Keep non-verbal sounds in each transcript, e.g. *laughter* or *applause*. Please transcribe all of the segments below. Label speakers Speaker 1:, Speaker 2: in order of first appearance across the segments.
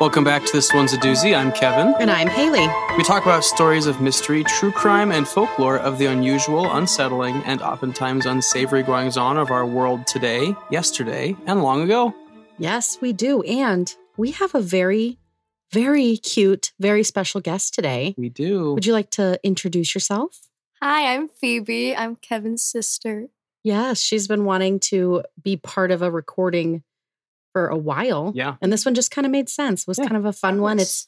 Speaker 1: Welcome back to This One's a Doozy. I'm Kevin.
Speaker 2: And I'm Haley.
Speaker 1: We talk about stories of mystery, true crime, and folklore of the unusual, unsettling, and oftentimes unsavory goings on of our world today, yesterday, and long ago.
Speaker 2: Yes, we do. And we have a very, very cute, very special guest today.
Speaker 1: We do.
Speaker 2: Would you like to introduce yourself?
Speaker 3: Hi, I'm Phoebe. I'm Kevin's sister.
Speaker 2: Yes, she's been wanting to be part of a recording for a while.
Speaker 1: Yeah.
Speaker 2: And this one just kind of made sense. It was
Speaker 1: Yeah.
Speaker 2: kind of a fun one. It's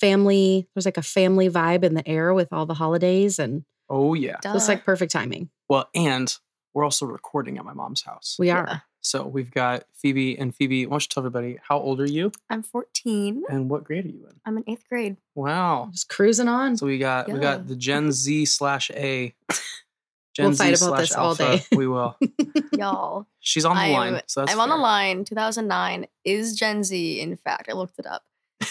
Speaker 2: family, there's like a family vibe in the air with all the holidays, and
Speaker 1: oh, yeah.
Speaker 3: Duh.
Speaker 2: it was like perfect timing.
Speaker 1: Well, and we're also recording at my mom's house.
Speaker 2: We are.
Speaker 1: So we've got Phoebe and Phoebe. Why don't you tell everybody how old are you
Speaker 3: I'm 14.
Speaker 1: and what grade are you in?
Speaker 3: I'm in eighth
Speaker 2: *laughs*
Speaker 3: grade.
Speaker 1: Wow.
Speaker 2: Just cruising on.
Speaker 1: So we got we
Speaker 3: Yeah.
Speaker 1: got the Gen Z slash A. Gen
Speaker 2: We'll fight
Speaker 1: Z
Speaker 2: about
Speaker 1: slash
Speaker 2: this all
Speaker 1: alpha.
Speaker 2: day.
Speaker 1: We will.
Speaker 3: Y'all.
Speaker 1: She's on the
Speaker 3: I'm,
Speaker 1: line. So that's
Speaker 3: I'm on the
Speaker 1: fair.
Speaker 3: line. 2009 is Gen Z, in fact. I looked it up.
Speaker 2: *laughs*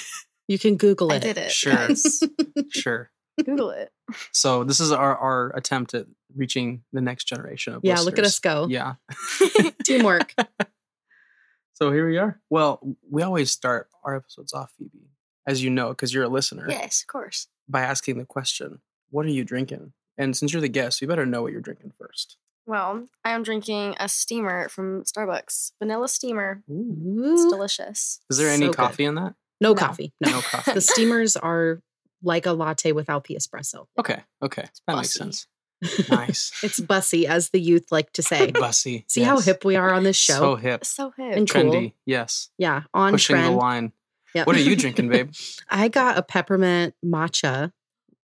Speaker 2: You can Google
Speaker 3: I
Speaker 2: it.
Speaker 3: did it.
Speaker 1: Sure.
Speaker 3: guys.
Speaker 2: *laughs*
Speaker 1: Sure.
Speaker 3: *laughs* Google it.
Speaker 1: So this is our, our attempt at reaching the next generation of
Speaker 2: Yeah, look at us
Speaker 1: listeners.
Speaker 2: go.
Speaker 1: Yeah.
Speaker 2: *laughs* Teamwork.
Speaker 1: *laughs* So here we are. Well, we always start our episodes off, Phoebe, as you know, because you're a listener,
Speaker 3: Yes, of course.
Speaker 1: by asking the question, "What are you drinking?" And since you're the guest, you better know what you're drinking first.
Speaker 3: Well, I am drinking a steamer from Starbucks. Vanilla steamer. It's
Speaker 2: Ooh.
Speaker 3: delicious.
Speaker 1: Is there any
Speaker 2: So good.
Speaker 1: coffee in that?
Speaker 2: No
Speaker 3: No.
Speaker 2: coffee. No.
Speaker 1: No coffee.
Speaker 2: *laughs* the steamers are like a latte without the espresso.
Speaker 1: Okay. Okay. That makes
Speaker 3: bussy.
Speaker 1: sense. Nice.
Speaker 2: *laughs* It's bussy, as the youth like
Speaker 1: *laughs*
Speaker 2: to say.
Speaker 1: Bussy.
Speaker 2: See how
Speaker 1: yes.
Speaker 2: hip we are on this show?
Speaker 1: So hip.
Speaker 3: So hip.
Speaker 2: And cool.
Speaker 1: Trendy. Yes.
Speaker 2: yeah, on
Speaker 1: Pushing the
Speaker 2: trend.
Speaker 1: line.
Speaker 2: Yep.
Speaker 1: What are
Speaker 2: *laughs*
Speaker 1: you drinking, babe?
Speaker 2: I got a peppermint matcha,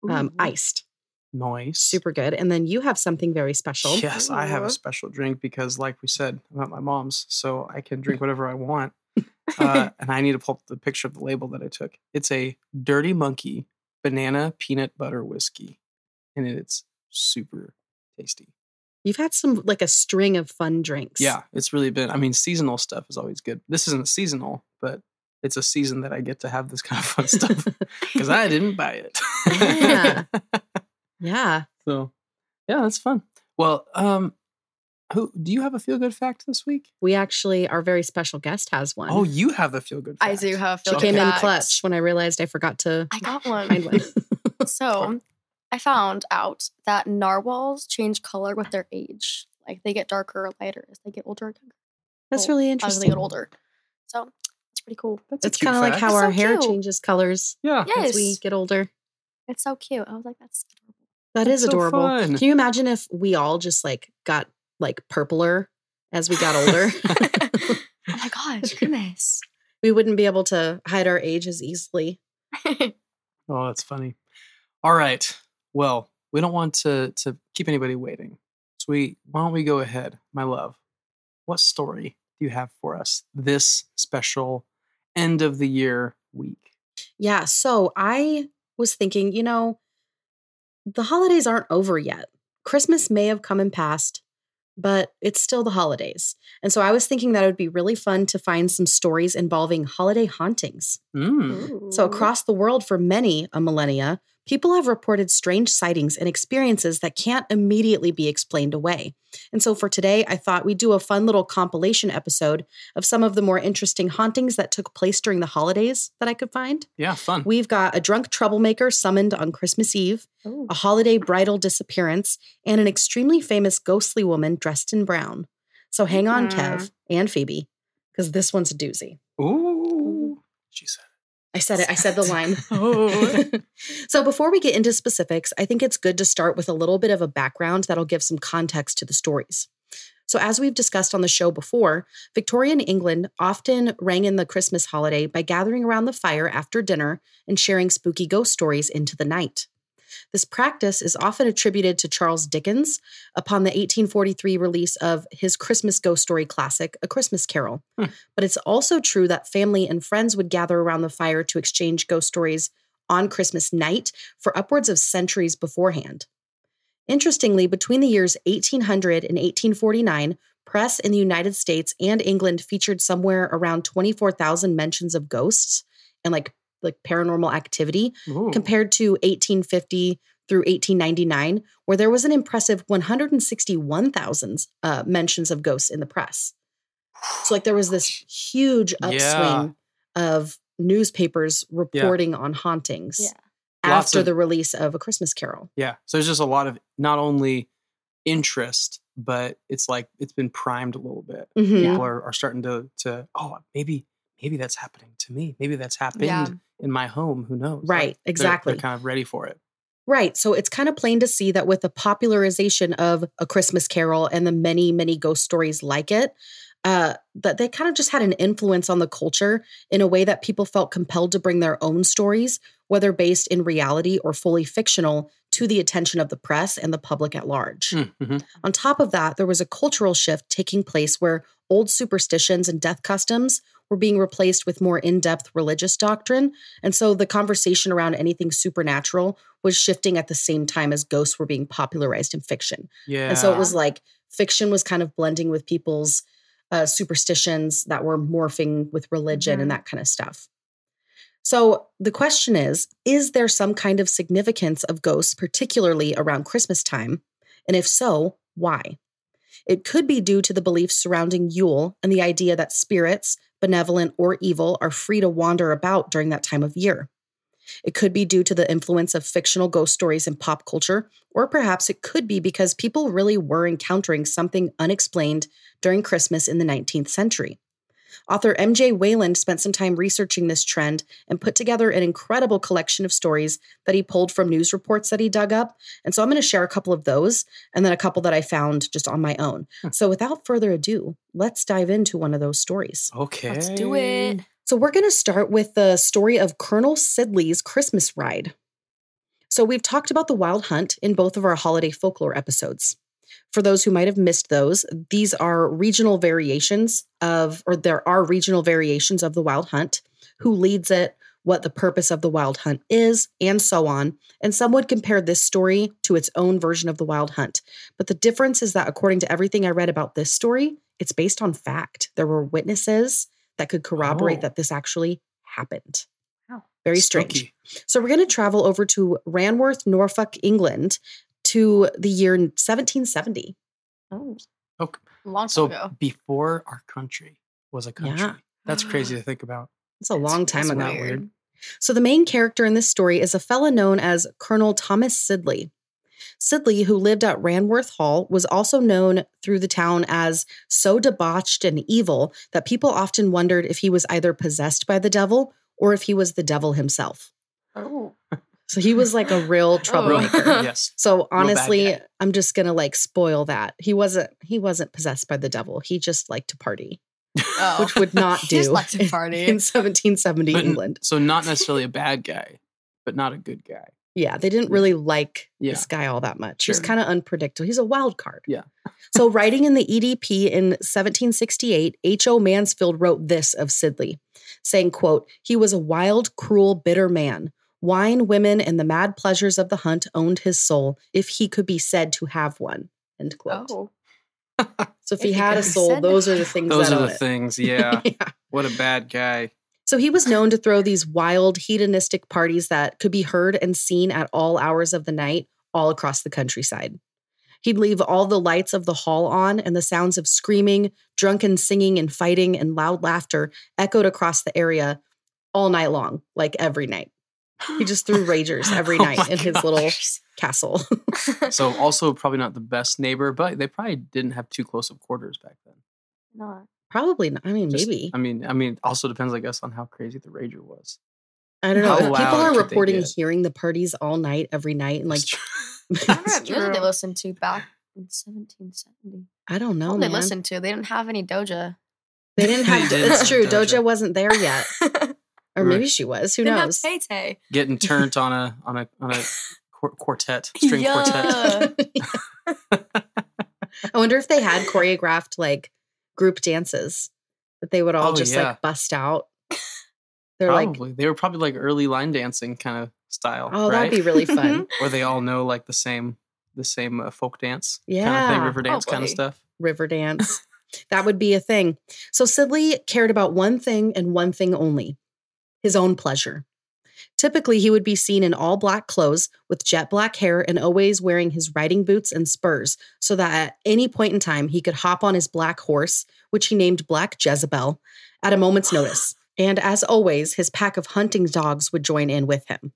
Speaker 2: um,
Speaker 3: Ooh.
Speaker 2: iced,
Speaker 1: Nice.
Speaker 2: super good. And then you have something very special.
Speaker 1: Yes, I have a
Speaker 3: Ooh.
Speaker 1: special drink because, like we said, I'm at my mom's, so I can
Speaker 2: *laughs*
Speaker 1: drink whatever I want. Uh, and I need to pull up the picture of the label that I took. It's a Dirty Monkey Banana Peanut Butter Whiskey, and it's super tasty.
Speaker 2: You've had some like a string of fun drinks.
Speaker 1: Yeah, it's really been. I mean, seasonal stuff is always good. This isn't seasonal, but it's a season that I get to have this kind of fun
Speaker 2: *laughs*
Speaker 1: stuff because I didn't buy it. *laughs*
Speaker 2: Yeah. yeah.
Speaker 1: so, yeah, that's fun. Well, um, who do you have a feel good fact this week?
Speaker 2: We actually, our very special guest has one.
Speaker 1: Oh, you have the feel good.
Speaker 3: I do have
Speaker 2: she
Speaker 3: a feel
Speaker 2: came
Speaker 3: good
Speaker 2: in
Speaker 3: fact.
Speaker 2: clutch when I realized I forgot to
Speaker 3: I
Speaker 2: *laughs*
Speaker 3: got one.
Speaker 2: find
Speaker 1: *laughs*
Speaker 2: one.
Speaker 3: So I found out that narwhals change color with their age. Like they get darker or lighter as they get older, or younger,
Speaker 2: That's
Speaker 3: Well,
Speaker 2: really
Speaker 3: as they
Speaker 2: interesting.
Speaker 3: get older. So it's pretty cool.
Speaker 1: That's
Speaker 2: It's kind of like how
Speaker 3: That's
Speaker 2: our
Speaker 3: so
Speaker 2: hair
Speaker 3: cute.
Speaker 2: changes colors
Speaker 1: yeah.
Speaker 2: as we
Speaker 3: Yes,
Speaker 2: get older.
Speaker 3: it's so cute. I was like, that's adorable.
Speaker 2: That
Speaker 1: That's
Speaker 2: is
Speaker 1: so
Speaker 2: adorable.
Speaker 1: fun.
Speaker 2: Can you imagine if we all just like got like purpler as we
Speaker 1: *laughs*
Speaker 2: got older? *laughs*
Speaker 3: Oh my gosh, goodness. *laughs*
Speaker 2: we wouldn't be able to hide our age as easily. Hmm.
Speaker 1: Oh, that's funny. All right. Well, we don't want to to keep anybody waiting. So we why don't we go ahead, my love? What story do you have for us this special end of the year week?
Speaker 2: Yeah. So I was thinking, you know, the holidays aren't over yet. Christmas may have come and passed, but it's still the holidays. And so I was thinking that it would be really fun to find some stories involving holiday hauntings.
Speaker 1: Mm.
Speaker 2: So,
Speaker 3: Mm-hmm.
Speaker 2: across the world for many a millennia, people have reported strange sightings and experiences that can't immediately be explained away. And so, for today, I thought we'd do a fun little compilation episode of some of the more interesting hauntings that took place during the holidays that I could find.
Speaker 1: Yeah, fun.
Speaker 2: We've got a drunk troublemaker summoned on Christmas Eve,
Speaker 3: Ooh.
Speaker 2: a holiday bridal disappearance, and an extremely famous ghostly woman dressed in brown. So, hang on,
Speaker 3: Mhm.
Speaker 2: Kev and Phoebe, because this one's a doozy.
Speaker 1: Ooh. She said.
Speaker 2: I said it. I said the line.
Speaker 1: Oh.
Speaker 2: *laughs* so before we get into specifics, I think it's good to start with a little bit of a background that'll give some context to the stories. So, as we've discussed on the show before, Victorian England often rang in the Christmas holiday by gathering around the fire after dinner and sharing spooky ghost stories into the night. This practice is often attributed to Charles Dickens upon the 1843 release of his Christmas ghost story classic, A Christmas Carol.
Speaker 1: Hmm.
Speaker 2: But it's also true that family and friends would gather around the fire to exchange ghost stories on Christmas night for upwards of centuries beforehand. Interestingly, between the years 1800 and 1849, press in the United States and England featured somewhere around 24,000 mentions of ghosts and like like paranormal activity,
Speaker 1: Ooh.
Speaker 2: compared to 1850 through 1899, where there was an impressive 161,000 uh, mentions of ghosts in the press. So, like, there was this huge upswing
Speaker 1: Yeah.
Speaker 2: of newspapers reporting on hauntings
Speaker 3: Yeah.
Speaker 1: Lots
Speaker 2: after
Speaker 1: of-
Speaker 2: the release of A Christmas Carol.
Speaker 1: Yeah. So there's just a lot of not only interest, but it's like it's been primed a little bit.
Speaker 2: Mhm.
Speaker 3: Yeah.
Speaker 1: People are, are starting to to oh maybe maybe that's happening to me. Maybe that's happened
Speaker 3: Yeah.
Speaker 1: in my home. Who knows? Like,
Speaker 2: Right,
Speaker 1: they're-
Speaker 2: exactly.
Speaker 1: They're kind of ready for it.
Speaker 2: Right. So it's kind of plain to see that with the popularization of A Christmas Carol and the many, many ghost stories like it, uh, that they kind of just had an influence on the culture in a way that people felt compelled to bring their own stories, whether based in reality or fully fictional, to the attention of the press and the public at large.
Speaker 1: Mhm.
Speaker 2: On top of that, there was a cultural shift taking place where old superstitions and death customs were being replaced with more in depth religious doctrine. And so the conversation around anything supernatural was shifting at the same time as ghosts were being popularized in fiction.
Speaker 1: Yeah.
Speaker 2: And so it was like fiction was kind of blending with people's uh, superstitions that were morphing with religion and
Speaker 3: Mhm.
Speaker 2: that kind of stuff. So the question is Is there some kind of significance of ghosts, particularly around Christmas time? And if so, why? It could be due to the beliefs surrounding Yule and the idea that spirits, benevolent or evil, are free to wander about during that time of year. It could be due to the influence of fictional ghost stories in pop culture, or perhaps it could be because people really were encountering something unexplained during Christmas in the 19th century. Author M.J. Wayland spent some time researching this trend and put together an incredible collection of stories that he pulled from news reports that he dug up. And so I'm going to share a couple of those and then a couple that I found just on my own.
Speaker 1: Hmm.
Speaker 2: So without further ado, let's dive into one of those stories.
Speaker 1: okay.
Speaker 3: Let's do it.
Speaker 2: So we're going to start with the story of Colonel Sidley's Christmas ride. So we've talked about the wild hunt in both of our holiday folklore episodes. For those who might have missed those, these are regional variations of, or there are regional variations of the wild hunt, who leads it, what the purpose of the wild hunt is, and so on. And some would compare this story to its own version of the wild hunt. But the difference is that, according to everything I read about this story, it's based on fact. There were witnesses that could corroborate
Speaker 1: Oh.
Speaker 2: that this actually happened.
Speaker 3: Wow.
Speaker 2: Very strange.
Speaker 1: Spooky.
Speaker 2: So we're going to travel over to Ranworth, Norfolk, England, to the year 1770.
Speaker 3: Oh,
Speaker 1: Okay.
Speaker 3: long time
Speaker 1: So
Speaker 3: ago.
Speaker 1: before our country was a country. That's crazy to think about.
Speaker 2: It's a long time
Speaker 3: That's
Speaker 2: ago.
Speaker 1: weird.
Speaker 2: So the main character in this story is a fella known as Colonel Thomas Sidley. Sidley, who lived at Ranworth Hall, was also known through the town as so debauched and evil that people often wondered if he was either possessed by the devil or if he was the devil himself.
Speaker 3: Oh,
Speaker 2: So he was like a
Speaker 3: *laughs*
Speaker 2: real troublemaker.
Speaker 3: Huh.
Speaker 2: *laughs*
Speaker 1: yes.
Speaker 2: So
Speaker 1: bad
Speaker 2: honestly,
Speaker 1: guy.
Speaker 2: I'm just gonna like spoil that. He wasn't he wasn't possessed by the devil. He just liked to party,
Speaker 3: Oh.
Speaker 2: which would not
Speaker 3: He
Speaker 2: do
Speaker 3: just liked to
Speaker 2: in-
Speaker 3: party.
Speaker 2: in 1770
Speaker 1: But n-
Speaker 2: England.
Speaker 1: So not necessarily a bad guy, but not a good guy.
Speaker 2: Yeah, they didn't really like
Speaker 1: Yeah.
Speaker 2: this guy all that much. He's
Speaker 1: Sure.
Speaker 2: kind of unpredictable. He's a wild card.
Speaker 1: Yeah.
Speaker 2: so, writing in the EDP in 1768, H.O. Mansfield wrote this of Sidley, saying, quote, He was a wild, cruel, bitter man. Wine, women, and the mad pleasures of the hunt owned his soul, if he could be said to have one. End quote.
Speaker 3: oh.
Speaker 2: so, if,
Speaker 3: if
Speaker 2: he
Speaker 3: he
Speaker 2: had
Speaker 3: could
Speaker 2: a
Speaker 3: be
Speaker 2: soul,
Speaker 3: said to
Speaker 2: those are the
Speaker 3: have-
Speaker 2: things
Speaker 1: Those
Speaker 2: that
Speaker 1: are the
Speaker 2: own it. *laughs*
Speaker 1: things. Yeah.
Speaker 2: yeah.
Speaker 1: What a bad guy.
Speaker 2: So he was known to throw these wild hedonistic parties that could be heard and seen at all hours of the night all across the countryside. He'd leave all the lights of the hall on, and the sounds of screaming, drunken singing, and fighting, and loud laughter echoed across the area all night long, like every night. He just threw ragers
Speaker 1: *laughs*
Speaker 2: every
Speaker 1: Oh
Speaker 2: night
Speaker 1: my
Speaker 2: in his little
Speaker 1: gosh.
Speaker 2: castle.
Speaker 1: *sighs* *laughs*
Speaker 2: *laughs*
Speaker 1: So
Speaker 2: *laughs*
Speaker 1: also probably not the best neighbor, but they probably didn't have too close of quarters back then.
Speaker 3: Not.
Speaker 2: Probably not. I mean,
Speaker 1: Just-
Speaker 2: maybe.
Speaker 1: I mean, I mean, also depends, I guess, on how crazy the rager was.
Speaker 2: I don't know. uh,
Speaker 3: How
Speaker 2: People
Speaker 3: loud
Speaker 2: are
Speaker 1: could they
Speaker 2: reporting
Speaker 1: get?
Speaker 2: hearing the parties all night, every night, and like
Speaker 1: That's true.
Speaker 2: *laughs*
Speaker 3: I wonder
Speaker 1: That's
Speaker 3: what music they
Speaker 1: true.
Speaker 3: listened to back in 1770.
Speaker 2: I don't know.
Speaker 3: Oh, they
Speaker 2: man.
Speaker 3: listened to. They didn't have
Speaker 2: *laughs*
Speaker 3: any Doja.
Speaker 2: They didn't have.
Speaker 1: *laughs* They
Speaker 2: it's true.
Speaker 1: didn't have
Speaker 2: Doja
Speaker 1: Doja.
Speaker 2: wasn't there yet, or
Speaker 1: Right.
Speaker 2: maybe she was. Who
Speaker 3: didn't
Speaker 2: knows? *laughs*
Speaker 3: have Tay Tay.
Speaker 1: Getting turned on a on a on a quar- quartet string quartet.
Speaker 3: Yeah.
Speaker 2: I wonder if they had choreographed like group dances that they would all
Speaker 1: Oh,
Speaker 2: just
Speaker 1: yeah.
Speaker 2: like bust out. *laughs* They're like,
Speaker 1: Probably they were probably like early line dancing kind of style,
Speaker 2: oh,
Speaker 1: right?
Speaker 2: that'd
Speaker 1: *laughs*
Speaker 2: be really fun.
Speaker 1: Where they all know like the same the same uh, folk dance, kind of
Speaker 2: Yeah.
Speaker 1: thing, river dance kind of
Speaker 3: Probably.
Speaker 1: stuff.
Speaker 2: River dance. That would be a thing. So Sidley cared about one thing and one thing only his own pleasure. Typically, he would be seen in all black clothes with jet black hair and always wearing his riding boots and spurs, so that at any point in time he could hop on his black horse, which he named Black Jezebel, at a moment's notice. And as always, his pack of hunting dogs would join in with him.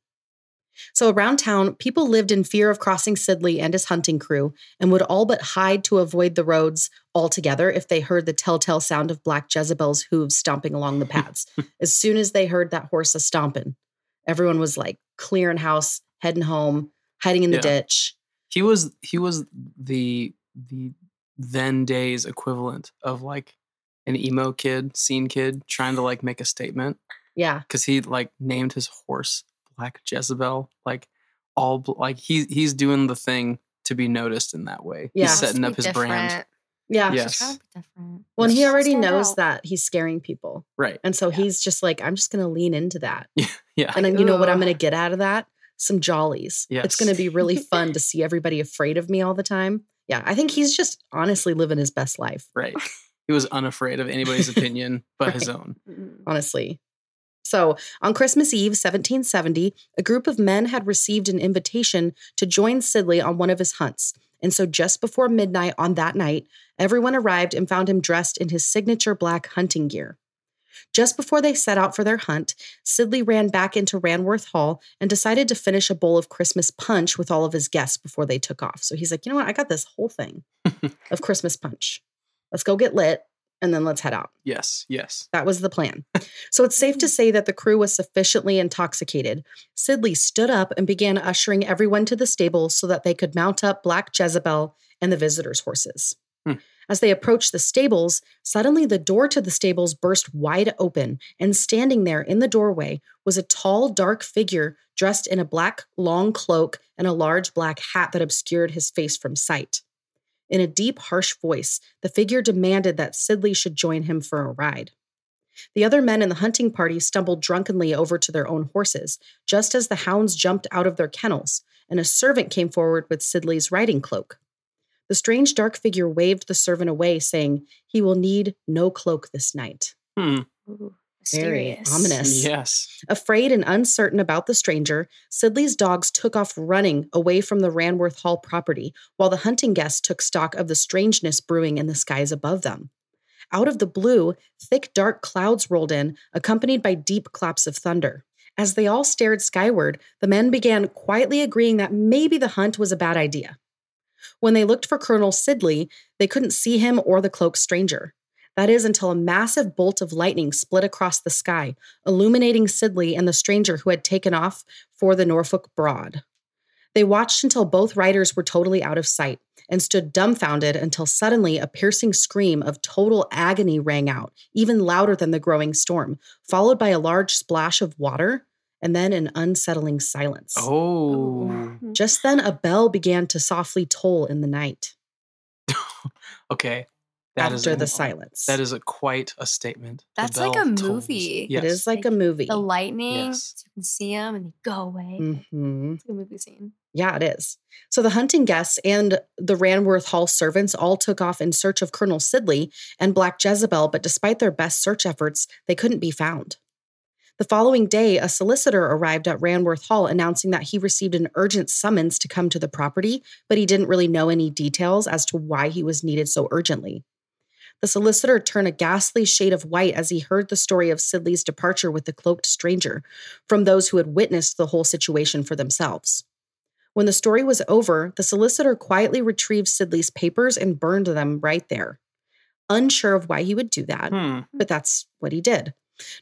Speaker 2: So around town, people lived in fear of crossing Sidley and his hunting crew and would all but hide to avoid the roads altogether if they heard the telltale sound of Black Jezebel's hooves stomping along the paths. as soon as they heard that horse a stomping, everyone was like clearing house, heading home, hiding in the
Speaker 1: Yeah.
Speaker 2: ditch.
Speaker 1: He was he was the the then days equivalent of like an emo kid, scene kid trying to like make a statement.
Speaker 2: Yeah.
Speaker 1: because he like named his horse Black Jezebel. Like all bl- like he he's doing the thing to be noticed in that way.
Speaker 2: Yeah.
Speaker 1: He's
Speaker 2: Must
Speaker 1: setting up his brand.
Speaker 3: Different.
Speaker 2: Yeah.
Speaker 1: Yeah.
Speaker 3: She's trying
Speaker 1: Yes.
Speaker 3: to be different.
Speaker 2: Well, and he
Speaker 3: Just
Speaker 2: already
Speaker 3: stand
Speaker 2: knows
Speaker 3: out.
Speaker 2: that he's scaring people.
Speaker 1: Right.
Speaker 2: And so
Speaker 3: Yeah.
Speaker 2: he's just like, I'm just going to lean into that.
Speaker 1: Yeah.
Speaker 2: And then you know what I'm
Speaker 3: Ugh.
Speaker 2: going to get out of that? Some jollies. It's
Speaker 1: Yes.
Speaker 2: going to be really fun to see everybody afraid of me all the time. Yeah. I think he's just honestly living his best life. *laughs*
Speaker 1: Right. He was unafraid of anybody's opinion but his own.
Speaker 3: Mm-mm.
Speaker 2: honestly. So, on Christmas Eve, 1770, a group of men had received an invitation to join Sidley on one of his hunts. And so, just before midnight on that night, everyone arrived and found him dressed in his signature black hunting gear. Just before they set out for their hunt, Sidley ran back into Ranworth Hall and decided to finish a bowl of Christmas punch with all of his guests before they took off. So he's like, you know what? I got this whole thing of Christmas punch. Let's go get lit and then let's head out.
Speaker 1: Yes. Yes.
Speaker 2: That was the plan. So it's safe to say that the crew was sufficiently intoxicated. Sidley stood up and began ushering everyone to the stable so that they could mount up Black Jezebel and the visitors' horses.
Speaker 1: Hmm.
Speaker 2: As they approached the stables, suddenly the door to the stables burst wide open, and standing there in the doorway was a tall, dark figure dressed in a black long cloak and a large black hat that obscured his face from sight. In a deep, harsh voice, the figure demanded that Sidley should join him for a ride. The other men in the hunting party stumbled drunkenly over to their own horses, just as the hounds jumped out of their kennels, and a servant came forward with Sidley's riding cloak. The strange dark figure waved the servant away, saying, He will need no cloak this night.
Speaker 1: Hmm.
Speaker 3: Ooh,
Speaker 2: Very
Speaker 3: mysterious.
Speaker 2: ominous.
Speaker 1: Yes.
Speaker 2: Afraid and uncertain about the stranger, Sidley's dogs took off running away from the Ranworth Hall property, while the hunting guests took stock of the strangeness brewing in the skies above them. Out of the blue, thick dark clouds rolled in, accompanied by deep claps of thunder. As they all stared skyward, the men began quietly agreeing that maybe the hunt was a bad idea. When they looked for Colonel Sidley, they couldn't see him or the cloaked stranger. That is until a massive bolt of lightning split across the sky, illuminating Sidley and the stranger who had taken off for the Norfolk Broad. They watched until both riders were totally out of sight and stood dumbfounded until suddenly a piercing scream of total agony rang out, even louder than the growing storm, followed by a large splash of water and then an unsettling silence.
Speaker 1: Oh.
Speaker 3: Ooh.
Speaker 2: Just then, a bell began to softly toll in the night
Speaker 1: Okay. That is
Speaker 2: after
Speaker 1: a-
Speaker 2: the silence.
Speaker 1: That is a quite a statement. The
Speaker 3: That's like
Speaker 1: bell
Speaker 3: a
Speaker 1: tolls.
Speaker 3: movie.
Speaker 1: Yes.
Speaker 2: It is like a
Speaker 3: Like,
Speaker 2: movie.
Speaker 3: The lightning,
Speaker 1: Yes.
Speaker 3: so you can see them and they go away.
Speaker 2: hmm
Speaker 3: It's like a movie scene.
Speaker 2: Yeah, it is. So the hunting guests and the Ranworth Hall servants all took off in search of Colonel Sidley and Black Jezebel, but despite their best search efforts, they couldn't be found. The following day, a solicitor arrived at Ranworth Hall announcing that he received an urgent summons to come to the property, but he didn't really know any details as to why he was needed so urgently. The solicitor turned a ghastly shade of white as he heard the story of Sidley's departure with the cloaked stranger from those who had witnessed the whole situation for themselves. When the story was over, the solicitor quietly retrieved Sidley's papers and burned them right there. unsure of why he would do that,
Speaker 1: Hmm.
Speaker 2: but that's what he did.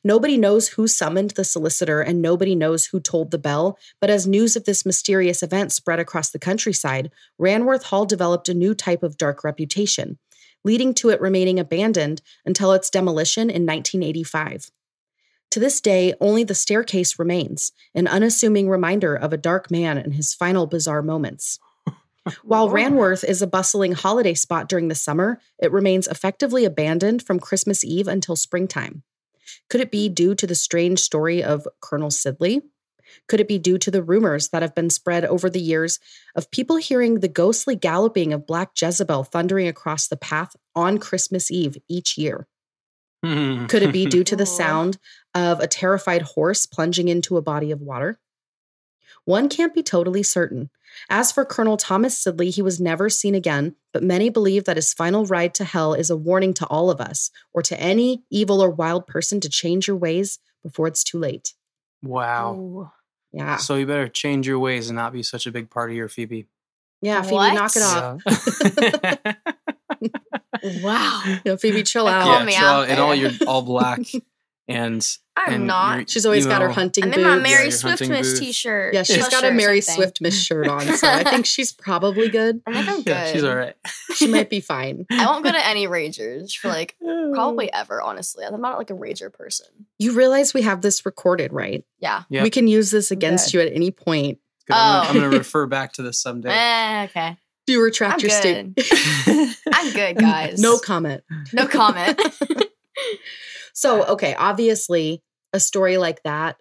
Speaker 2: Nobody knows who summoned the solicitor and nobody knows who told the bell, but as news of this mysterious event spread across the countryside, Ranworth Hall developed a new type of dark reputation, leading to it remaining abandoned until its demolition in 1985. To this day, only the staircase remains, an unassuming reminder of a dark man and his final bizarre moments. While Ranworth is a bustling holiday spot during the summer, it remains effectively abandoned from Christmas Eve until springtime. Could it be due to the strange story of Colonel Sidley? Could it be due to the rumors that have been spread over the years of people hearing the ghostly galloping of Black Jezebel thundering across the path on Christmas Eve each year?
Speaker 1: Hmm. *laughs*
Speaker 2: Could it be due to the
Speaker 3: Aw.
Speaker 2: sound of a terrified horse plunging into a body of water? One can't be totally certain. As for Colonel Thomas Sidley, he was never seen again, but many believe that his final ride to hell is a warning to all of us, or to any evil or wild person to change your ways before it's too late. Oh,
Speaker 1: wow.
Speaker 3: Ooh.
Speaker 2: Yeah.
Speaker 1: So you better change your ways and not be such a big part of your Phoebe.
Speaker 2: Yeah, Phoebe,
Speaker 3: What?
Speaker 2: knock it off. *laughs*
Speaker 1: Yeah.
Speaker 3: Wow.
Speaker 2: *laughs* Yeah, Phoebe, chill
Speaker 3: I
Speaker 2: out.
Speaker 3: Call
Speaker 1: Yeah,
Speaker 3: me
Speaker 1: chill
Speaker 3: out
Speaker 1: out. And all your
Speaker 3: there.
Speaker 1: all
Speaker 3: *laughs*
Speaker 1: black and
Speaker 3: I'm
Speaker 1: and
Speaker 3: not.
Speaker 1: your
Speaker 2: She's always got her
Speaker 1: emo-
Speaker 2: hunting
Speaker 3: I'm
Speaker 2: boots.
Speaker 3: in my
Speaker 1: Yeah,
Speaker 3: Mary
Speaker 1: your hunting
Speaker 3: Swift Miss
Speaker 1: boots.
Speaker 3: T-shirt.
Speaker 2: yeah, she's
Speaker 1: Yeah,
Speaker 2: got a
Speaker 3: sweatshirt or
Speaker 2: Mary
Speaker 3: something.
Speaker 2: Swift Miss shirt on, so I
Speaker 3: *laughs*
Speaker 2: think she's probably good.
Speaker 3: I
Speaker 2: *laughs*
Speaker 3: think I'm good.
Speaker 1: *laughs* Yeah, she's all right.
Speaker 2: She might be fine.
Speaker 3: I won't
Speaker 2: *laughs*
Speaker 3: go to any ragers for like
Speaker 1: *laughs*
Speaker 2: Mm.
Speaker 3: probably ever. Honestly, I'm not like a rager person.
Speaker 2: You realize we have this recorded, right?
Speaker 3: Yeah.
Speaker 1: Yep.
Speaker 2: We can use this against
Speaker 3: Okay.
Speaker 2: you at any point.
Speaker 1: Good. I'm, gonna, I'm
Speaker 3: Oh.
Speaker 1: gonna refer back to this
Speaker 2: *laughs*
Speaker 1: someday.
Speaker 3: Eh, okay.
Speaker 2: Do you retract
Speaker 3: I'm
Speaker 2: your
Speaker 3: good.
Speaker 2: statement?
Speaker 3: I'm good,
Speaker 2: *laughs*
Speaker 3: guys.
Speaker 2: no comment.
Speaker 3: no comment.
Speaker 2: *laughs* So, okay, obviously, a story like that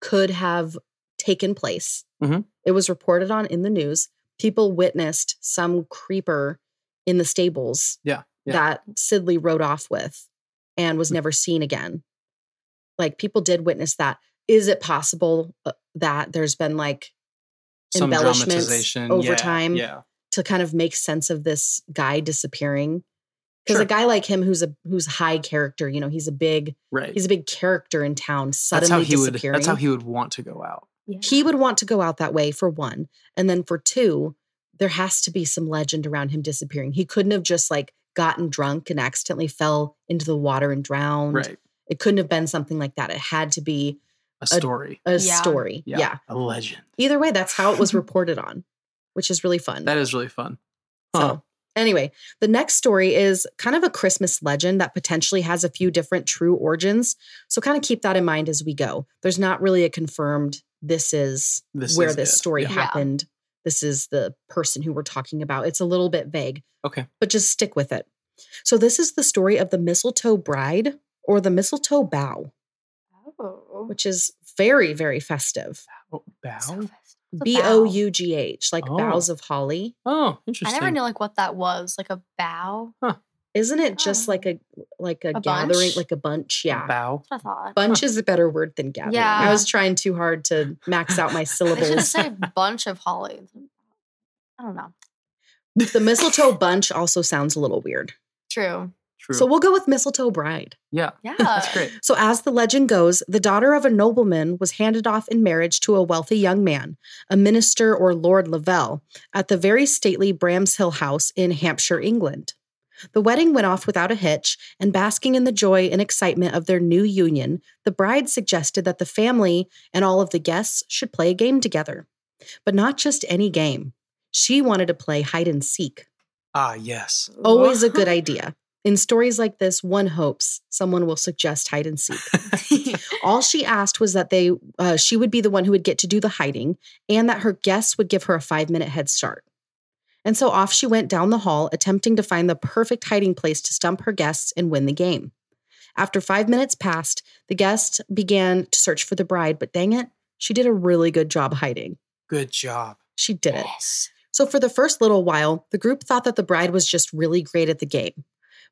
Speaker 2: could have taken place.
Speaker 1: Mhm.
Speaker 2: It was reported on in the news. People witnessed some creeper in the stables
Speaker 1: Yeah, yeah. Hmm.
Speaker 2: that Sidley rode off with and was never seen again. Like, people did witness that. Is it possible uh, that there's been like
Speaker 1: Some
Speaker 2: embellishments
Speaker 1: dramatization
Speaker 2: over
Speaker 1: yeah,
Speaker 2: time.
Speaker 1: Yeah.
Speaker 2: to kind of make sense of this guy disappearing? Because
Speaker 1: Sure.
Speaker 2: a guy like him who's a who's high character, you know, he's a big
Speaker 1: Right.
Speaker 2: he's a big character in town
Speaker 1: that's how
Speaker 2: suddenly
Speaker 1: he would
Speaker 2: disappearing.
Speaker 1: that's how he would want to go out.
Speaker 2: He would want to go out that way for one. And then for two, there has to be some legend around him disappearing. He couldn't have just like gotten drunk and accidentally fell into the water and drowned.
Speaker 1: Right.
Speaker 2: It couldn't have been something like that. It had to be
Speaker 1: A story.
Speaker 2: a
Speaker 3: Yeah.
Speaker 2: story.
Speaker 1: Yeah.
Speaker 2: yeah.
Speaker 1: A legend.
Speaker 2: Either way, that's how it
Speaker 1: *laughs*
Speaker 2: was reported on, which is really fun.
Speaker 1: That is really fun. Huh.
Speaker 2: So, anyway, the next story is kind of a Christmas legend that potentially has a few different true origins. So, kind of keep that in mind as we go. There's not really a confirmed this is
Speaker 1: This
Speaker 2: where
Speaker 1: is
Speaker 2: this
Speaker 1: it.
Speaker 2: story
Speaker 1: Yeah.
Speaker 3: Yeah.
Speaker 2: happened. This is the person who we're talking about. It's a little bit vague,
Speaker 1: Okay.
Speaker 2: but just stick with it. So, this is the story of the mistletoe bride or the mistletoe bow,
Speaker 3: Oh.
Speaker 2: which is very, very festive.
Speaker 1: Oh, bow.
Speaker 3: What's a
Speaker 2: B O U G H, like
Speaker 1: Oh.
Speaker 2: boughs of holly.
Speaker 1: Oh,
Speaker 3: bow? I
Speaker 1: interesting.
Speaker 3: never knew like what that was, like a bow.
Speaker 2: Isn't it just
Speaker 3: Oh.
Speaker 2: like a like a,
Speaker 3: A
Speaker 2: gathering,
Speaker 3: bunch?
Speaker 2: like a bunch?
Speaker 1: A
Speaker 2: Yeah.
Speaker 1: Bow.
Speaker 3: That's what I thought.
Speaker 2: Bunch is a better word than gathering. I
Speaker 3: Yeah.
Speaker 2: was trying too hard to max out my
Speaker 3: *laughs* I was gonna
Speaker 2: syllables.
Speaker 3: say bunch of holly. I don't know.
Speaker 2: the mistletoe bunch also sounds a little weird.
Speaker 3: *laughs* True.
Speaker 1: True.
Speaker 2: So we'll go with mistletoe bride.
Speaker 1: yeah.
Speaker 3: Yeah.
Speaker 1: That's great.
Speaker 2: *laughs* So, as the legend goes, the daughter of a nobleman was handed off in marriage to a wealthy young man, a minister or Lord Lavelle, at the very stately Bramshill House in Hampshire, England. The wedding went off without a hitch, and basking in the joy and excitement of their new union, the bride suggested that the family and all of the guests should play a game together. But not just any game. She wanted to play hide and seek.
Speaker 1: Ah, yes.
Speaker 2: *laughs* Always a good idea. In stories like this, one hopes someone will suggest hide and seek. All she asked was that they uh, she would be the one who would get to do the hiding, and that her guests would give her a five minute head start. And so off she went down the hall, attempting to find the perfect hiding place to stump her guests and win the game. After five minutes passed, the guests began to search for the bride, but dang it, she did a really good job hiding.
Speaker 1: Good
Speaker 2: *laughs*
Speaker 1: job.
Speaker 2: She did it.
Speaker 3: Yes.
Speaker 2: So, for the first little while, the group thought that the bride was just really great at the game.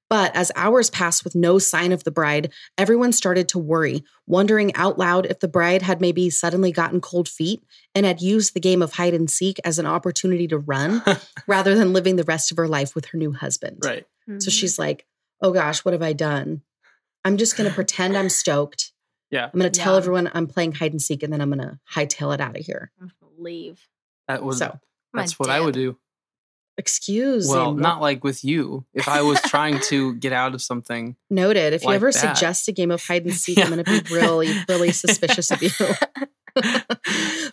Speaker 2: But as hours passed with no sign of the bride, everyone started to worry, wondering out loud if the bride had maybe suddenly gotten cold feet and had used the game of hide and seek as an opportunity to
Speaker 1: *laughs*
Speaker 2: run rather than living the rest of her life with her new husband.
Speaker 1: Right.
Speaker 2: So she's like, oh gosh, what have I done? I'm just going to pretend I'm stoked.
Speaker 1: Yeah.
Speaker 2: I'm going to tell
Speaker 3: Yeah.
Speaker 2: everyone I'm playing hide and seek and then I'm going to hightail it out of here.
Speaker 3: I'm just gonna Mm-hmm. leave.
Speaker 1: That was
Speaker 2: so,
Speaker 3: I'm gonna
Speaker 1: that's what I would do. *laughs*
Speaker 2: excuse.
Speaker 1: Well,
Speaker 2: and
Speaker 1: not like with you. If I was trying
Speaker 2: *laughs*
Speaker 1: to get out of something,
Speaker 2: noted. If you
Speaker 1: like
Speaker 2: ever
Speaker 1: that.
Speaker 2: suggest a game of
Speaker 1: *laughs*
Speaker 2: hide and seek, I'm
Speaker 1: Yeah.
Speaker 2: going to be really, really
Speaker 1: *laughs*
Speaker 2: suspicious of you. so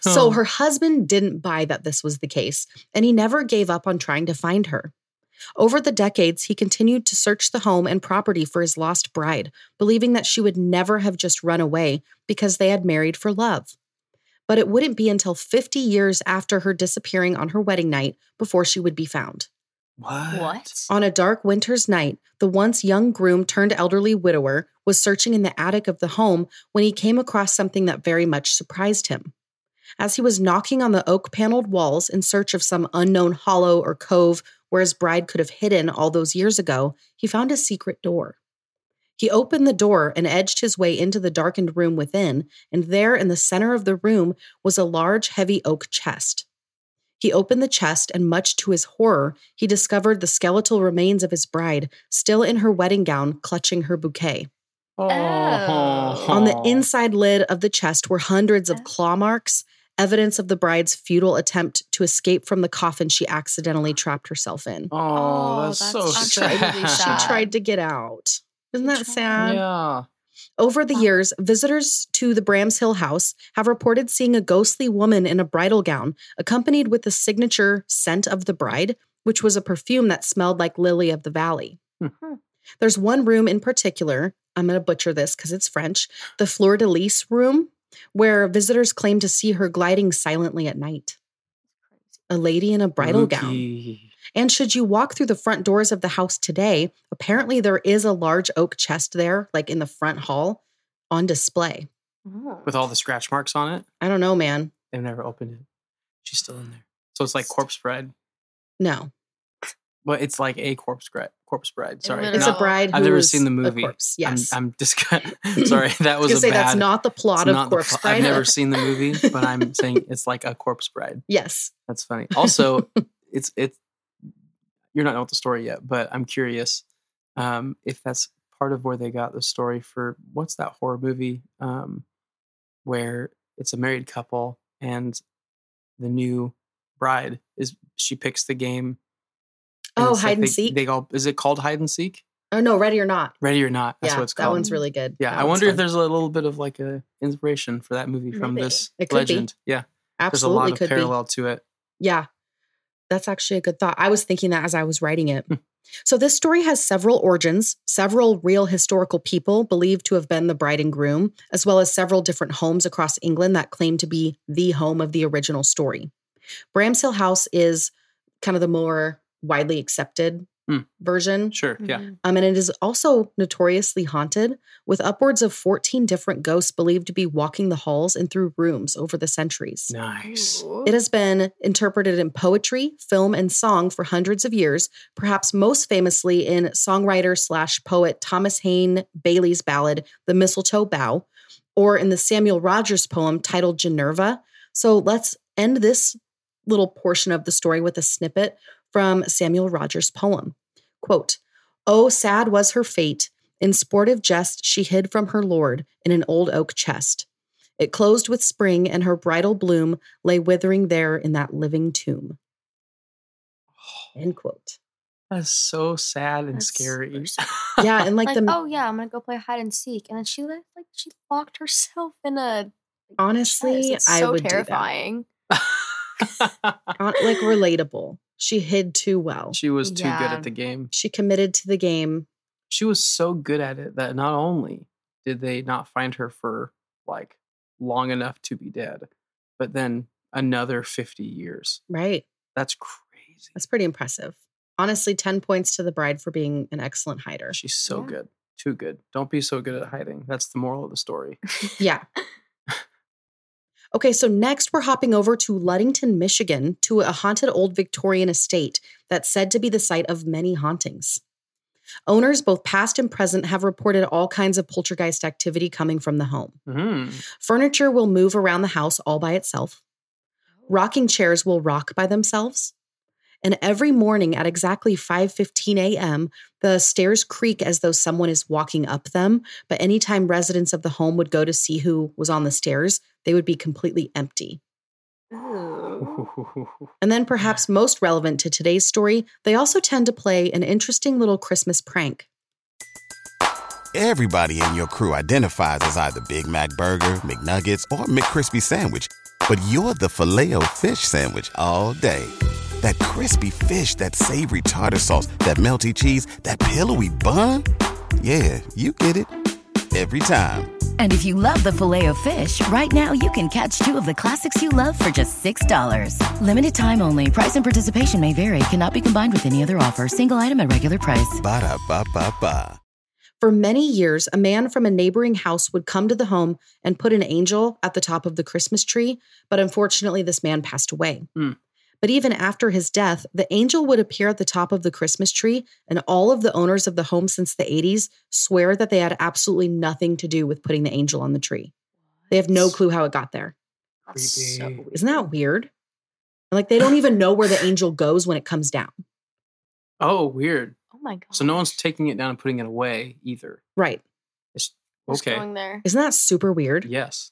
Speaker 1: Oh.
Speaker 2: her husband didn't buy that this was the case, and he never gave up on trying to find her. Over the decades, he continued to search the home and property for his lost bride, believing that she would never have just run away because they had married for love. But it wouldn't be until 50 years after her disappearing on her wedding night before she would be found.
Speaker 1: what?
Speaker 3: What?
Speaker 2: On a dark winter's night, the once young groom turned elderly widower was searching in the attic of the home when he came across something that very much surprised him. As he was knocking on the oak paneled walls in search of some unknown hollow or cove where his bride could have hidden all those years ago, he found a secret door. He opened the door and edged his way into the darkened room within, and there in the center of the room was a large, heavy oak chest. He opened the chest, and much to his horror, he discovered the skeletal remains of his bride, still in her wedding gown, clutching her bouquet.
Speaker 1: Oh.
Speaker 3: Oh.
Speaker 2: On the inside lid of the chest were hundreds of claw marks, evidence of the bride's futile attempt to escape from the coffin she accidentally trapped herself in.
Speaker 1: Oh,
Speaker 3: Oh,
Speaker 1: that's,
Speaker 3: that's
Speaker 1: so
Speaker 3: actually
Speaker 1: sad. *laughs*
Speaker 3: really sad.
Speaker 2: She tried to get out. Isn't
Speaker 3: She
Speaker 2: that
Speaker 3: tried.
Speaker 2: sad?
Speaker 1: Yeah.
Speaker 2: Over the
Speaker 3: Wow.
Speaker 2: years, visitors to the Brams Hill house have reported seeing a ghostly woman in a bridal gown, accompanied with the signature scent of the bride, which was a perfume that smelled like lily of the valley.
Speaker 1: Hmm.
Speaker 3: Hmm.
Speaker 2: There's one room in particular, I'm going to butcher this because it's French, the Fleur de Lis room, where visitors claim to see her gliding silently at night. A lady in a bridal gown.
Speaker 1: Spooky.
Speaker 2: And should you walk through the front doors of the house today, apparently there is a large oak chest there, like in the front hall, on display.
Speaker 3: Oh.
Speaker 1: With all the scratch marks on it,
Speaker 2: I don't know, man.
Speaker 1: they've never opened it. She's still in there. So it's like corpse bride,
Speaker 2: No,
Speaker 1: but it's like a corpse bride. Corpse bride. Sorry,
Speaker 2: it's a
Speaker 3: No.
Speaker 2: bride.
Speaker 1: I've
Speaker 2: who
Speaker 1: never
Speaker 2: is
Speaker 1: seen the
Speaker 2: a
Speaker 1: movie.
Speaker 2: corpse.
Speaker 1: I'm-
Speaker 2: Yes,
Speaker 1: I'm, *laughs* just
Speaker 2: *laughs*
Speaker 1: sorry. That
Speaker 2: I
Speaker 1: was
Speaker 2: was
Speaker 1: a
Speaker 2: gonna say
Speaker 1: bad.
Speaker 2: that's not the
Speaker 1: it's
Speaker 2: plot of
Speaker 1: not the
Speaker 2: Corpse
Speaker 1: pl-
Speaker 2: Bride.
Speaker 1: I've never seen the movie, but I'm
Speaker 2: *laughs*
Speaker 1: saying it's like a corpse bride.
Speaker 2: yes,
Speaker 1: That's
Speaker 2: *laughs*
Speaker 1: funny. Also, it's it's you're not done with the story yet, but I'm curious um, if that's part of where they got the story for what's that horror movie um, where it's a married couple and the new bride is she picks the game.
Speaker 2: Oh,
Speaker 1: it's like
Speaker 2: hide and
Speaker 1: they-
Speaker 2: seek?
Speaker 1: They all is it called hide and seek?
Speaker 2: Oh no, Ready or Not.
Speaker 1: Ready or not? That's
Speaker 2: yeah,
Speaker 1: what it's
Speaker 2: that
Speaker 1: called.
Speaker 2: one's really good.
Speaker 1: yeah,
Speaker 2: That
Speaker 1: I
Speaker 2: one's
Speaker 1: wonder if
Speaker 2: fun.
Speaker 1: there's a little bit of like a inspiration for that movie from
Speaker 3: Maybe.
Speaker 1: this
Speaker 2: It could be.
Speaker 1: legend. Yeah, there's a
Speaker 2: absolutely
Speaker 1: lot of
Speaker 2: could be.
Speaker 1: parallel to it.
Speaker 2: Yeah. That's actually a good thought. I was thinking that as I was writing it.
Speaker 1: Hmm.
Speaker 2: so, this story has several origins, several real historical people believed to have been the bride and groom, as well as several different homes across England that claim to be the home of the original story. Bramshill House is kind of the more widely accepted
Speaker 1: Hmm.
Speaker 2: version.
Speaker 1: Sure. Yeah.
Speaker 3: Mhm.
Speaker 2: Um, and it is also notoriously haunted, with upwards of 14 different ghosts believed to be walking the halls and through rooms over the centuries.
Speaker 1: Nice.
Speaker 3: Ooh.
Speaker 2: It has been interpreted in poetry, film, and song for hundreds of years, perhaps most famously in songwriter slash poet Thomas Hayne Bailey's ballad, The Mistletoe Bough, or in the Samuel Rogers poem titled Generva. So let's end this little portion of the story with a snippet from Samuel Rogers' poem. Quote, Oh, sad was her fate. In sportive jest, she hid from her lord in an old oak chest. It closed with spring, and her bridal bloom lay withering there in that living tomb.
Speaker 3: Oh.
Speaker 2: End quote.
Speaker 1: That's so sad and
Speaker 3: That's
Speaker 1: scary.
Speaker 3: super sad.
Speaker 2: Yeah, and like,
Speaker 3: *laughs*
Speaker 2: the
Speaker 3: Like, oh yeah, I'm gonna go play hide and seek, and then she left, like she locked herself in a.
Speaker 2: honestly,
Speaker 3: chest. It's
Speaker 2: I
Speaker 3: so
Speaker 2: would
Speaker 3: terrifying.
Speaker 2: do that. Hon-
Speaker 3: *laughs*
Speaker 2: like relatable. She hid too well. She,
Speaker 1: *laughs* she was too good
Speaker 3: Yeah.
Speaker 1: at the game.
Speaker 2: committed to the game.
Speaker 1: She was so good at it that not only did they not find her for like long enough to be dead, but then another 50 years.
Speaker 2: Right.
Speaker 1: That's crazy.
Speaker 2: That's pretty impressive. Honestly, 10 points to the bride for being an excellent hider.
Speaker 1: She's so
Speaker 3: Yeah.
Speaker 1: good. Too good. Don't be so good at hiding. That's the moral of the story.
Speaker 2: Yeah. Okay, so next we're hopping over to Ludington, Michigan, to a haunted old Victorian estate that's said to be the site of many hauntings. Owners, both past and present, have reported all kinds of poltergeist activity coming from the home.
Speaker 1: Mhm.
Speaker 2: Furniture will move around the house all by itself. Rocking chairs will rock by themselves. And every morning at exactly 5:15 a.m., the stairs creak as though someone is walking up them, but anytime residents of the home would go to see who was on the stairs, they would be completely empty.
Speaker 3: Ooh. Ooh.
Speaker 2: And then, perhaps most relevant to today's story, they also tend to play an interesting little Christmas prank.
Speaker 4: Everybody in your crew identifies as either Big Mac Burger, McNuggets, or McCrispy Sandwich. But you're the filet fish Sandwich all day. That crispy fish, that savory tartar sauce, that melty cheese, that pillowy bun. Yeah, you get it. Every time.
Speaker 5: And if you love the filet of fish, right now you can catch two of the classics you love for just $6. Limited time only. Price and participation may vary. Cannot be combined with any other offer. Single item at regular price.
Speaker 4: Ba-da-ba-ba-ba.
Speaker 2: For many years, a man from a neighboring house would come to the home and put an angel at the top of the Christmas tree, but unfortunately, this man passed away.
Speaker 1: Hmm.
Speaker 2: But even after his death, the angel would appear at the top of the Christmas tree, and all of the owners of the home since the 80s swear that they had absolutely nothing to do with putting the angel on the tree. They have no clue how it got there.
Speaker 3: That's so
Speaker 1: Creepy.
Speaker 3: weird.
Speaker 2: Isn't that weird? Like, they don't even know where the angel goes when it comes down.
Speaker 1: *laughs* Oh, weird.
Speaker 3: Oh my god.
Speaker 1: So no one's taking it down and putting it away either.
Speaker 2: Right.
Speaker 3: Who's
Speaker 1: Okay.
Speaker 3: going there?
Speaker 2: Isn't that super weird?
Speaker 1: Yes.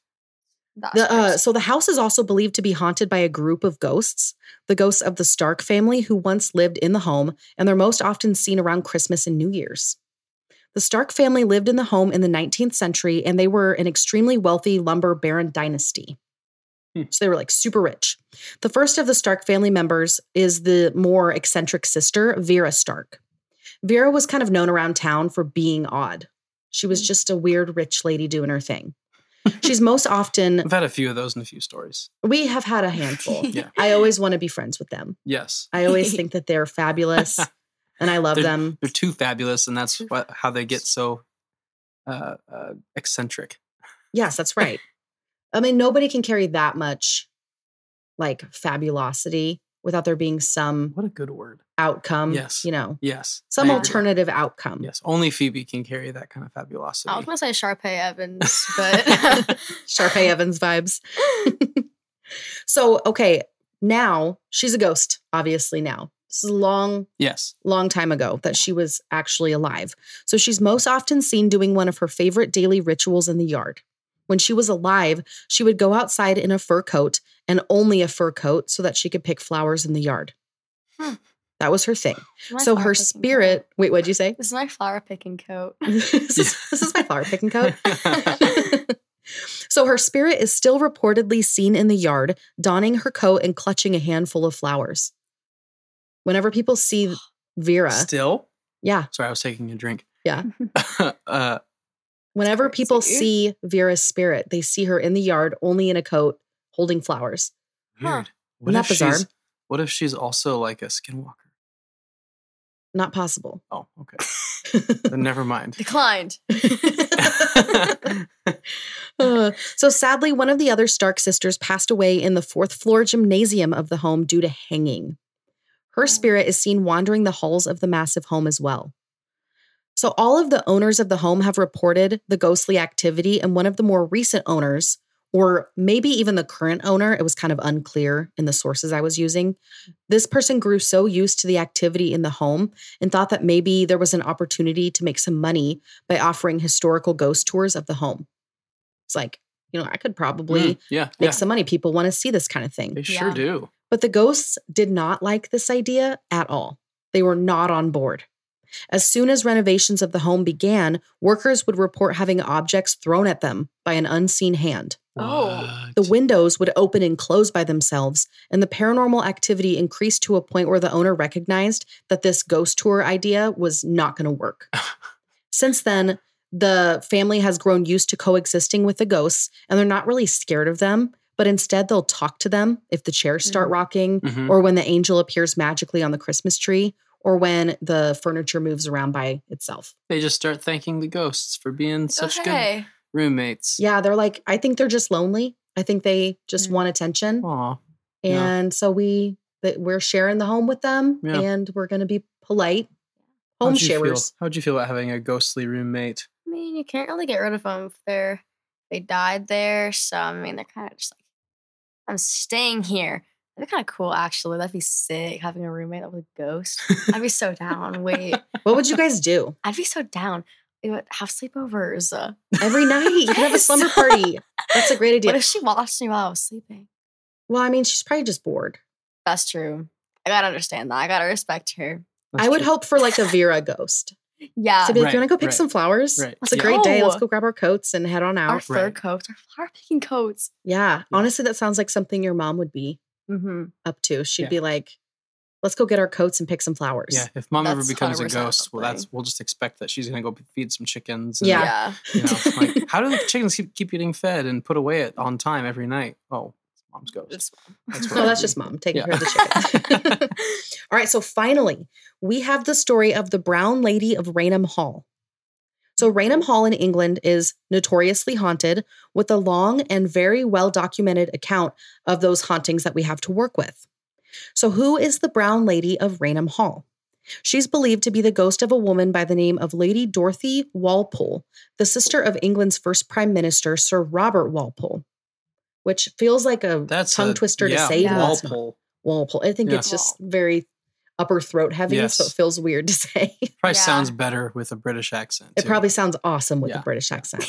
Speaker 3: That's
Speaker 2: The, uh,
Speaker 3: crazy.
Speaker 2: so the house is also believed to be haunted by a group of ghosts, the ghosts of the Stark family who once lived in the home, and they're most often seen around Christmas and New Year's. The Stark family lived in the home in the 19th century, and they were an extremely wealthy lumber baron dynasty.
Speaker 1: Hmm.
Speaker 2: So they were like super rich. The first of the Stark family members is the more eccentric sister, Vera Stark. Vera was kind of known around town for being odd. She was just a weird rich lady doing her thing. She's most often
Speaker 1: I've had a few of those in a few
Speaker 3: *laughs*
Speaker 1: stories.
Speaker 2: we have had
Speaker 1: *laughs*
Speaker 2: a handful.
Speaker 1: Yeah.
Speaker 2: I always want to be friends with them.
Speaker 1: Yes. *laughs*
Speaker 2: I always think that they're fabulous and I love
Speaker 1: They're-
Speaker 2: them.
Speaker 1: They're too fabulous, and that's
Speaker 3: Too
Speaker 1: what, how they get so uh, uh, eccentric.
Speaker 2: Yes,
Speaker 1: *laughs*
Speaker 2: that's right. I mean, nobody can carry that much like fabulosity without there being some
Speaker 1: What a good word.
Speaker 2: outcome,
Speaker 1: Yes.
Speaker 2: you know,
Speaker 1: Yes.
Speaker 2: some
Speaker 1: I agree.
Speaker 2: alternative outcome.
Speaker 1: Yes. Only Phoebe can carry that kind of fabulosity.
Speaker 3: I was gonna say Sharpay Evans,
Speaker 2: *laughs* *laughs*
Speaker 3: but *laughs*
Speaker 2: Sharpay Evans
Speaker 1: *laughs*
Speaker 2: vibes. *laughs* so, okay, now she's a ghost, obviously now. This is a long
Speaker 1: yes.
Speaker 2: long time ago that she was actually alive. So she's most often seen doing one of her favorite daily rituals in the yard. When she was alive, she would go outside in a fur coat and only a fur coat so that she could pick flowers in the yard.
Speaker 3: Hmm.
Speaker 2: That was her thing.
Speaker 3: My
Speaker 2: so
Speaker 3: flower
Speaker 2: her
Speaker 3: picking
Speaker 2: spirit,
Speaker 3: coat.
Speaker 2: wait, what'd you
Speaker 3: *laughs*
Speaker 2: say? *laughs*
Speaker 3: This is my flower picking coat.
Speaker 2: this, is, this is my flower
Speaker 1: *laughs*
Speaker 2: picking
Speaker 3: *laughs*
Speaker 2: coat. *laughs* so her spirit is still reportedly seen in the yard, donning her coat and clutching a handful of flowers. Whenever people
Speaker 3: *gasps*
Speaker 2: see Vera,
Speaker 1: Still.
Speaker 2: yeah,
Speaker 1: Sorry, I was taking a drink.
Speaker 2: Yeah.
Speaker 1: *laughs* uh,
Speaker 2: Whenever people
Speaker 3: crazy.
Speaker 2: see Vera's spirit, they see her in the yard only in a coat holding flowers.
Speaker 3: Huh.
Speaker 1: weird. What
Speaker 2: Isn't
Speaker 1: if
Speaker 2: that bizarre?
Speaker 1: she's What if she's also like a skinwalker?
Speaker 2: Not possible.
Speaker 1: Oh, okay. then never mind.
Speaker 3: Declined.
Speaker 2: *laughs* Uh, so sadly, one of the other Stark sisters passed away in the fourth floor gymnasium of the home due to hanging. Her spirit is seen wandering the halls of the massive home as well. So, all of the owners of the home have reported the ghostly activity, and one of the more recent owners, or maybe even the current owner, it was kind of unclear in the sources I was using. This person grew so used to the activity in the home and thought that maybe there was an opportunity to make some money by offering historical ghost tours of the home. It's like, you know, I could probably
Speaker 1: Mm, yeah.
Speaker 2: make
Speaker 1: Yeah.
Speaker 2: some money. People want to see this kind of thing.
Speaker 1: They sure
Speaker 3: Yeah.
Speaker 1: do.
Speaker 2: But the ghosts did not like this idea at all. They were not on board. As soon as renovations of the home began, workers would report having objects thrown at them by an unseen hand.
Speaker 3: Oh.
Speaker 2: The
Speaker 1: What?
Speaker 2: windows would open and close by themselves, and the paranormal activity increased to a point where the owner recognized that this ghost tour idea was not going to work. Since then, the family has grown used to coexisting with the ghosts, and they're not really scared of them, but instead they'll talk to them if the chairs start
Speaker 3: Mm.
Speaker 2: rocking,
Speaker 1: Mhm.
Speaker 2: or when the angel appears magically on the Christmas tree, or when the furniture moves around by itself.
Speaker 1: They just start thanking the ghosts for being such
Speaker 3: oh,
Speaker 1: good
Speaker 3: hey.
Speaker 1: roommates.
Speaker 2: Yeah, they're like, I think they're just lonely. I think they just
Speaker 3: Mm.
Speaker 2: want attention.
Speaker 1: Aw. Yeah.
Speaker 2: and so we that we're sharing the home with them
Speaker 1: Yeah.
Speaker 2: and we're going to be polite home
Speaker 1: How'd you feel?
Speaker 2: sharers
Speaker 1: How'd you feel about having a ghostly roommate?
Speaker 3: I mean, you can't really get rid of them if they're they died there. So I mean, they're kind of just like, I'm staying here. They're kind of cool, actually. That'd be sick having a roommate that was a ghost. I'd be so down.
Speaker 1: *laughs*
Speaker 3: Wait,
Speaker 2: what would you guys do
Speaker 3: I'd be so down. We would have sleepovers. Uh,
Speaker 1: *laughs*
Speaker 2: every night you could have a slumber
Speaker 3: Yes.
Speaker 2: party that's a great idea
Speaker 3: What if she watched me while I was sleeping?
Speaker 2: Well, I mean, she's probably just bored.
Speaker 3: That's true. I gotta understand that. I gotta respect her.
Speaker 1: That's
Speaker 2: I would
Speaker 1: true.
Speaker 2: hope for like a Vera ghost
Speaker 3: Yeah.
Speaker 2: to be like,
Speaker 1: Right,
Speaker 2: "You want to go pick
Speaker 1: right,
Speaker 2: some flowers?
Speaker 1: right.
Speaker 2: It's a
Speaker 1: Yeah. Oh.
Speaker 2: great day. Let's
Speaker 3: No.
Speaker 2: go grab our coats and head on out."
Speaker 3: our fur
Speaker 1: Right.
Speaker 3: coats, our flower picking coats.
Speaker 2: yeah, honestly, that sounds like something your mom would be
Speaker 3: Mm-hmm.
Speaker 2: up to. She'd
Speaker 1: Yeah.
Speaker 2: be like, "Let's go get our coats and pick some flowers."
Speaker 1: Yeah, if mom ever
Speaker 3: That's
Speaker 1: becomes a
Speaker 3: 100%
Speaker 1: ghost, well, that's
Speaker 3: something.
Speaker 1: we'll just expect that she's gonna go feed some chickens.
Speaker 2: Yeah.
Speaker 1: you know,
Speaker 2: *laughs*
Speaker 1: like, how do the chickens keep, keep getting fed and put away at on time every night? Oh, it's mom's ghost.
Speaker 3: It's-
Speaker 2: *laughs*
Speaker 1: That's
Speaker 2: No,
Speaker 1: right.
Speaker 2: Oh, that's just mom taking
Speaker 1: Yeah.
Speaker 2: care of the
Speaker 1: *laughs*
Speaker 2: chicken. *laughs* All right, so finally, we have the story of the Brown Lady of Raynham Hall. So, Raynham Hall in England is notoriously haunted with a long and very well documented account of those hauntings that we have to work with. So, who is the Brown Lady of Raynham Hall? She's believed to be the ghost of a woman by the name of Lady Dorothy Walpole, the sister of England's first Prime Minister, Sir Robert Walpole, which feels like a
Speaker 1: That's
Speaker 2: tongue
Speaker 1: a-
Speaker 2: twister
Speaker 1: yeah,
Speaker 2: to say.
Speaker 3: Yeah.
Speaker 2: but it's not
Speaker 1: Walpole.
Speaker 2: Walpole. I think
Speaker 1: Yeah.
Speaker 2: it's just very upper throat heavy, so
Speaker 1: Yes.
Speaker 2: it feels weird to *laughs* say. it
Speaker 1: Probably
Speaker 3: Yeah.
Speaker 1: sounds better with a British accent. too.
Speaker 2: probably sounds awesome with a
Speaker 1: Yeah. *laughs*
Speaker 2: British accent.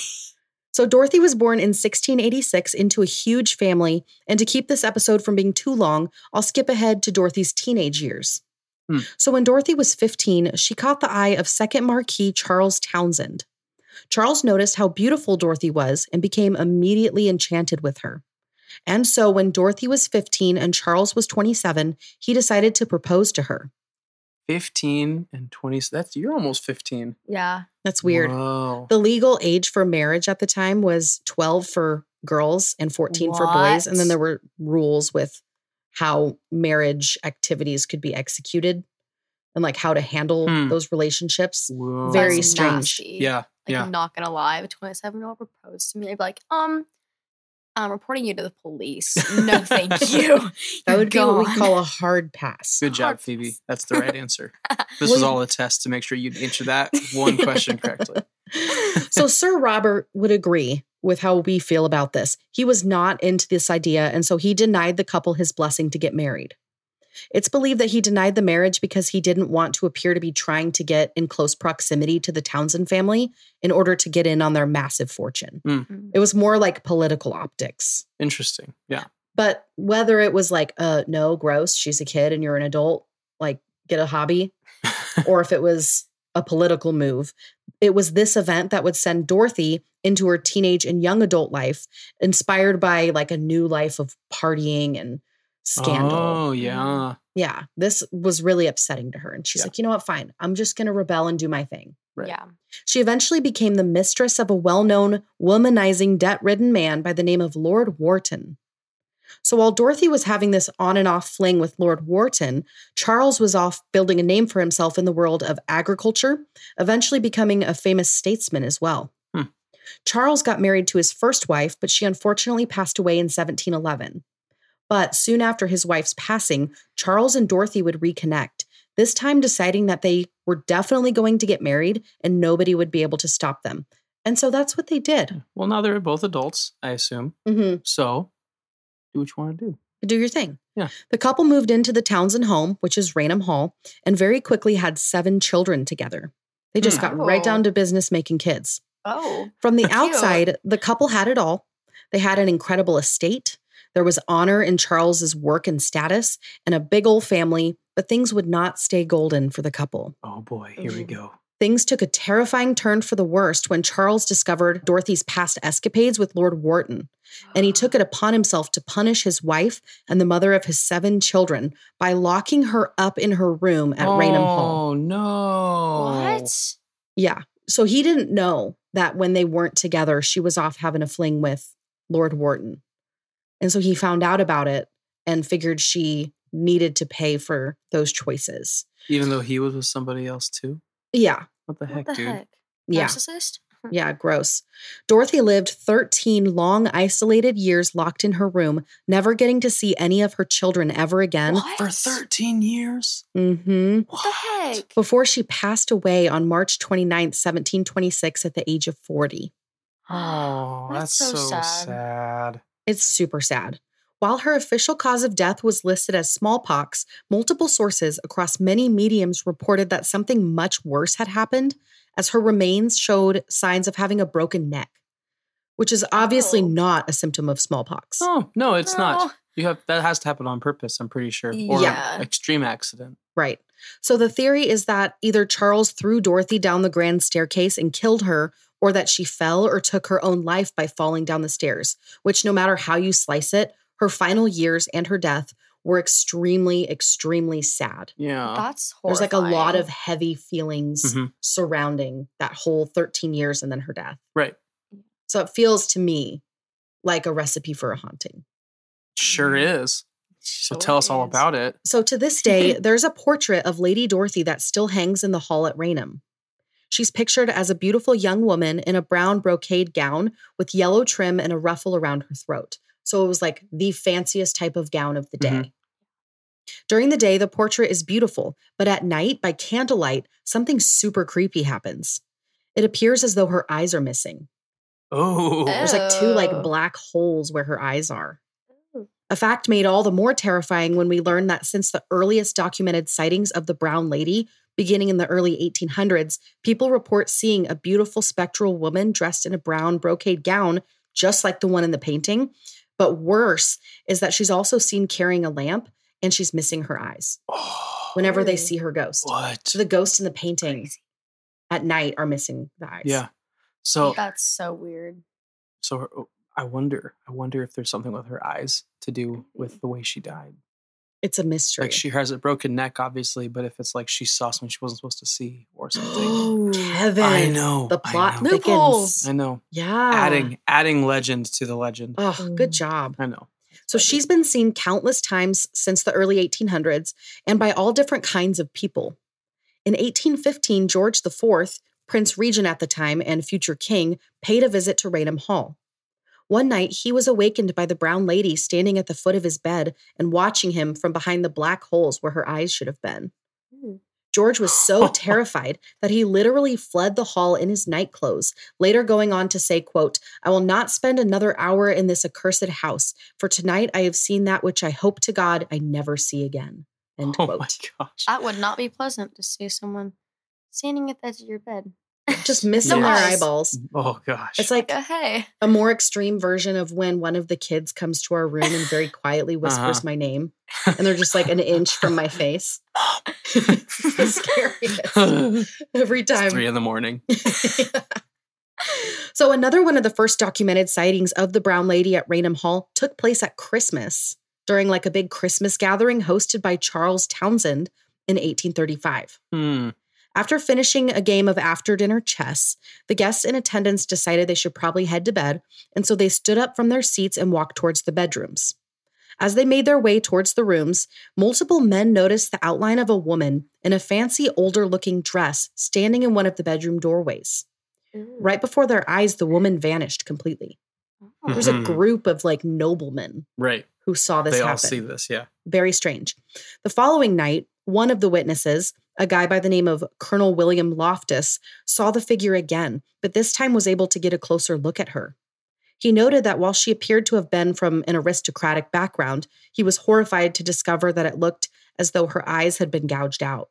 Speaker 2: So Dorothy was born in 1686 into a huge family, and to keep this episode from being too long, I'll skip ahead to Dorothy's teenage years.
Speaker 1: Hmm.
Speaker 2: So when Dorothy was 15, she caught the eye of second Marquis Charles Townsend. Charles noticed how beautiful Dorothy was and became immediately enchanted with her. And so when Dorothy was 15 and Charles was 27, he decided to propose to her.
Speaker 1: fifteen and twenty. That's you're almost fifteen.
Speaker 3: yeah.
Speaker 2: That's weird.
Speaker 1: Whoa.
Speaker 2: The legal age for marriage at the time was 12 for girls and 14 for boys. And then
Speaker 3: What?
Speaker 2: there were rules with how marriage activities could be executed and like how to handle
Speaker 1: Hmm.
Speaker 2: those
Speaker 1: *laughs*
Speaker 2: relationships.
Speaker 1: Whoa.
Speaker 2: Very
Speaker 3: That's
Speaker 2: strange.
Speaker 3: nasty.
Speaker 1: Yeah.
Speaker 3: Like,
Speaker 1: yeah.
Speaker 3: I'm not gonna lie. If a 27 year old proposed to me, I'd be like, um, I'm reporting you to the police. No,
Speaker 1: *laughs*
Speaker 3: thank you.
Speaker 2: *laughs* That
Speaker 3: You're
Speaker 2: would be what we
Speaker 3: gone.
Speaker 2: call a hard pass.
Speaker 1: Good job,
Speaker 3: hard
Speaker 1: Phoebe.
Speaker 3: pass.
Speaker 1: That's the right answer. This
Speaker 2: Well,
Speaker 1: was
Speaker 2: you-
Speaker 1: all a test to make sure you answer that one question correctly.
Speaker 2: so Sir Robert would agree with how we feel about this. He was not into this idea, and so he denied the couple his blessing to get married. It's believed that he denied the marriage because he didn't want to appear to be trying to get in close proximity to the Townsend family in order to get in on their massive fortune.
Speaker 3: Mm.
Speaker 2: It was more like political optics.
Speaker 1: Interesting. Yeah.
Speaker 2: But whether it was like, uh, no, gross, she's a kid and you're an adult, like get a hobby, or if it was a political move. It was this event that would send Dorothy into her teenage and young adult life, inspired by like a new life of partying and scandal.
Speaker 1: Oh yeah.
Speaker 2: Yeah, this was really upsetting to her. And she's
Speaker 1: Yeah.
Speaker 2: like, you know what? Fine. I'm just going to rebel and do my thing.
Speaker 1: Right.
Speaker 3: Yeah.
Speaker 2: She eventually became the mistress of a well known, womanizing, debt ridden man by the name of Lord Wharton. So while Dorothy was having this on and off fling with Lord Wharton, Charles was off building a name for himself in the world of agriculture, eventually becoming a famous statesman as well.
Speaker 1: Hmm.
Speaker 2: Charles got married to his first wife, but she unfortunately passed away in 1711. But soon after his wife's passing, Charles and Dorothy would reconnect, this time deciding that they were definitely going to get married and nobody would be able to stop them. And so that's what they did.
Speaker 1: Well, now they're both adults, I assume.
Speaker 2: Mm-hmm.
Speaker 1: So do what you want to do.
Speaker 2: Do your thing.
Speaker 1: Yeah.
Speaker 2: The couple moved into the Townsend home, which is Raynham Hall, and very quickly had seven children together. They just got right
Speaker 3: Oh.
Speaker 2: down to business making kids.
Speaker 3: Oh.
Speaker 2: From the
Speaker 3: Cute.
Speaker 2: outside, the couple had it all. They had an incredible estate. There was honor in Charles's work and status and a big old family, but things would not stay golden for the couple.
Speaker 1: Oh boy, here we go.
Speaker 2: Things took a terrifying turn for the worst when Charles discovered Dorothy's past escapades with Lord Wharton, and he took it upon himself to punish his wife and the mother of his seven children by locking her up in her room at Raynham Hall.
Speaker 1: Oh no.
Speaker 3: What?
Speaker 2: Yeah. So he didn't know that when they weren't together, she was off having a fling with Lord Wharton. And so he found out about it and figured she needed to pay for those choices.
Speaker 1: Even though he was with somebody else too.
Speaker 2: Yeah.
Speaker 1: What the heck,
Speaker 3: what the
Speaker 1: dude?
Speaker 3: heck?
Speaker 2: Yeah.
Speaker 3: Narcissist?
Speaker 2: Yeah, gross. Dorothy lived 13 long, isolated years locked in her room, never getting to see any of her children ever again.
Speaker 3: What?
Speaker 1: For 13 years?
Speaker 2: hmm
Speaker 1: *gasps*
Speaker 3: What the heck?
Speaker 2: Before she passed away on March 29th, 1726, at the age of 40.
Speaker 1: Oh, that's, so, sad.
Speaker 2: It's super sad. While her official cause of death was listed as smallpox, multiple sources across many mediums reported that something much worse had happened, as her remains showed signs of having a broken neck, which is obviously
Speaker 3: Oh.
Speaker 2: not a symptom of smallpox.
Speaker 1: Oh, no, it's not.
Speaker 3: No.
Speaker 1: You have that has to happen on purpose, I'm pretty sure. Or
Speaker 3: Yeah.
Speaker 1: an extreme accident.
Speaker 2: Right. So the theory is that either Charles threw Dorothy down the grand staircase and killed her, or that she fell or took her own life by falling down the stairs, which, no matter how you slice it, her final years and her death were extremely, extremely sad.
Speaker 1: Yeah.
Speaker 3: That's
Speaker 2: There's
Speaker 3: horrifying.
Speaker 2: like a lot of heavy feelings
Speaker 1: Mhm.
Speaker 2: surrounding that whole 13 years and then her death.
Speaker 1: Right.
Speaker 2: So it feels to me like a recipe for a haunting.
Speaker 1: Sure
Speaker 2: Mm-hmm.
Speaker 1: is. So tell us all about it.
Speaker 2: So to this day, there's a portrait of Lady Dorothy that still hangs in the hall at Raynham. She's pictured as a beautiful young woman in a brown brocade gown with yellow trim and a ruffle around her throat. So it was like the fanciest type of gown of the day.
Speaker 1: Mhm.
Speaker 2: During the day, the portrait is beautiful, but at night, by candlelight, something super creepy happens. It appears as though her eyes are missing.
Speaker 1: Oh.
Speaker 3: Eh.
Speaker 2: There's like two like
Speaker 3: Oh.
Speaker 2: black holes where her eyes are.
Speaker 3: Ooh.
Speaker 2: A fact made all the more terrifying when we learned that since the earliest documented sightings of the brown lady, beginning in the early 1800s, people report seeing a beautiful spectral woman dressed in a brown brocade gown, just like the one in the painting. But worse is that she's also seen carrying a lamp and she's missing her eyes whenever they
Speaker 3: Ooh.
Speaker 2: see her ghost.
Speaker 1: *gasps* What?
Speaker 2: So the ghost in the painting at night are missing the eyes.
Speaker 1: yeah. So
Speaker 3: That's so weird.
Speaker 1: so her, oh, I wonder. I wonder if there's something with her eyes to do
Speaker 2: Mm-hmm.
Speaker 1: with the way she died.
Speaker 2: It's a mystery.
Speaker 1: Like
Speaker 2: *gasps*
Speaker 1: she has a broken neck, obviously, but if it's like she saw something she wasn't supposed to see or something.
Speaker 2: *gasps* Kevin.
Speaker 1: I know.
Speaker 2: The
Speaker 1: Oh, I
Speaker 2: plot Ah.
Speaker 1: know.
Speaker 2: thickens.
Speaker 1: I know.
Speaker 2: Yeah.
Speaker 1: Adding Mm. adding legend to the legend.
Speaker 2: Oh, good job.
Speaker 1: I know.
Speaker 2: So she's been seen countless times since the early 1800s and by all different kinds of people. In 1815, George IV, Prince Regent at the time and future king, paid a visit to Raynham Hall. One night, he was awakened by the brown lady standing at the foot of his bed and watching him from behind the black holes where her eyes should have been.
Speaker 3: Ooh.
Speaker 2: George
Speaker 1: *laughs*
Speaker 2: was so terrified that he literally fled the hall in his night clothes, later going on to say, quote, I will not spend another hour in this accursed house, for tonight I have seen that which I hope to God I never see again. End
Speaker 1: *laughs* Oh
Speaker 2: quote.
Speaker 1: my gosh.
Speaker 3: That would not be pleasant to see someone standing at the edge of your bed.
Speaker 2: Just missing
Speaker 1: No
Speaker 2: their
Speaker 3: eyes.
Speaker 2: eyeballs.
Speaker 1: Oh gosh.
Speaker 2: It's like
Speaker 3: Go, uh, hey.
Speaker 2: a more extreme version of when one of the kids comes to our room and very quietly whispers
Speaker 1: Uh-huh.
Speaker 2: my name, and they're just like an inch from
Speaker 1: *laughs*
Speaker 2: my face. *laughs* it's the scariest
Speaker 1: *laughs* It's
Speaker 2: every time.
Speaker 1: three in the
Speaker 2: *laughs*
Speaker 1: morning.
Speaker 2: so another one of the first documented sightings of the brown lady at Raynham Hall took place at Christmas during like a big Christmas gathering hosted by Charles Townsend in 1835.
Speaker 1: Hmm.
Speaker 2: After finishing a game of after dinner chess, the guests in attendance decided they should probably head to bed, and so they stood up from their seats and walked towards the bedrooms. As they made their way towards the rooms, multiple men noticed the outline of a woman in a fancy, older looking dress standing in one of the bedroom doorways. Right before their eyes, the woman vanished completely. There was a
Speaker 1: Mhm.
Speaker 2: group of like noblemen
Speaker 1: Right.
Speaker 2: who saw this
Speaker 1: they
Speaker 2: happen
Speaker 1: all see this, yeah.
Speaker 2: very strange. The following night, one of the witnesses, a guy by the name of Colonel William Loftus, saw the figure again, but this time was able to get a closer look at her. He noted that while she appeared to have been from an aristocratic background, he was horrified to discover that it looked as though her eyes had been gouged out.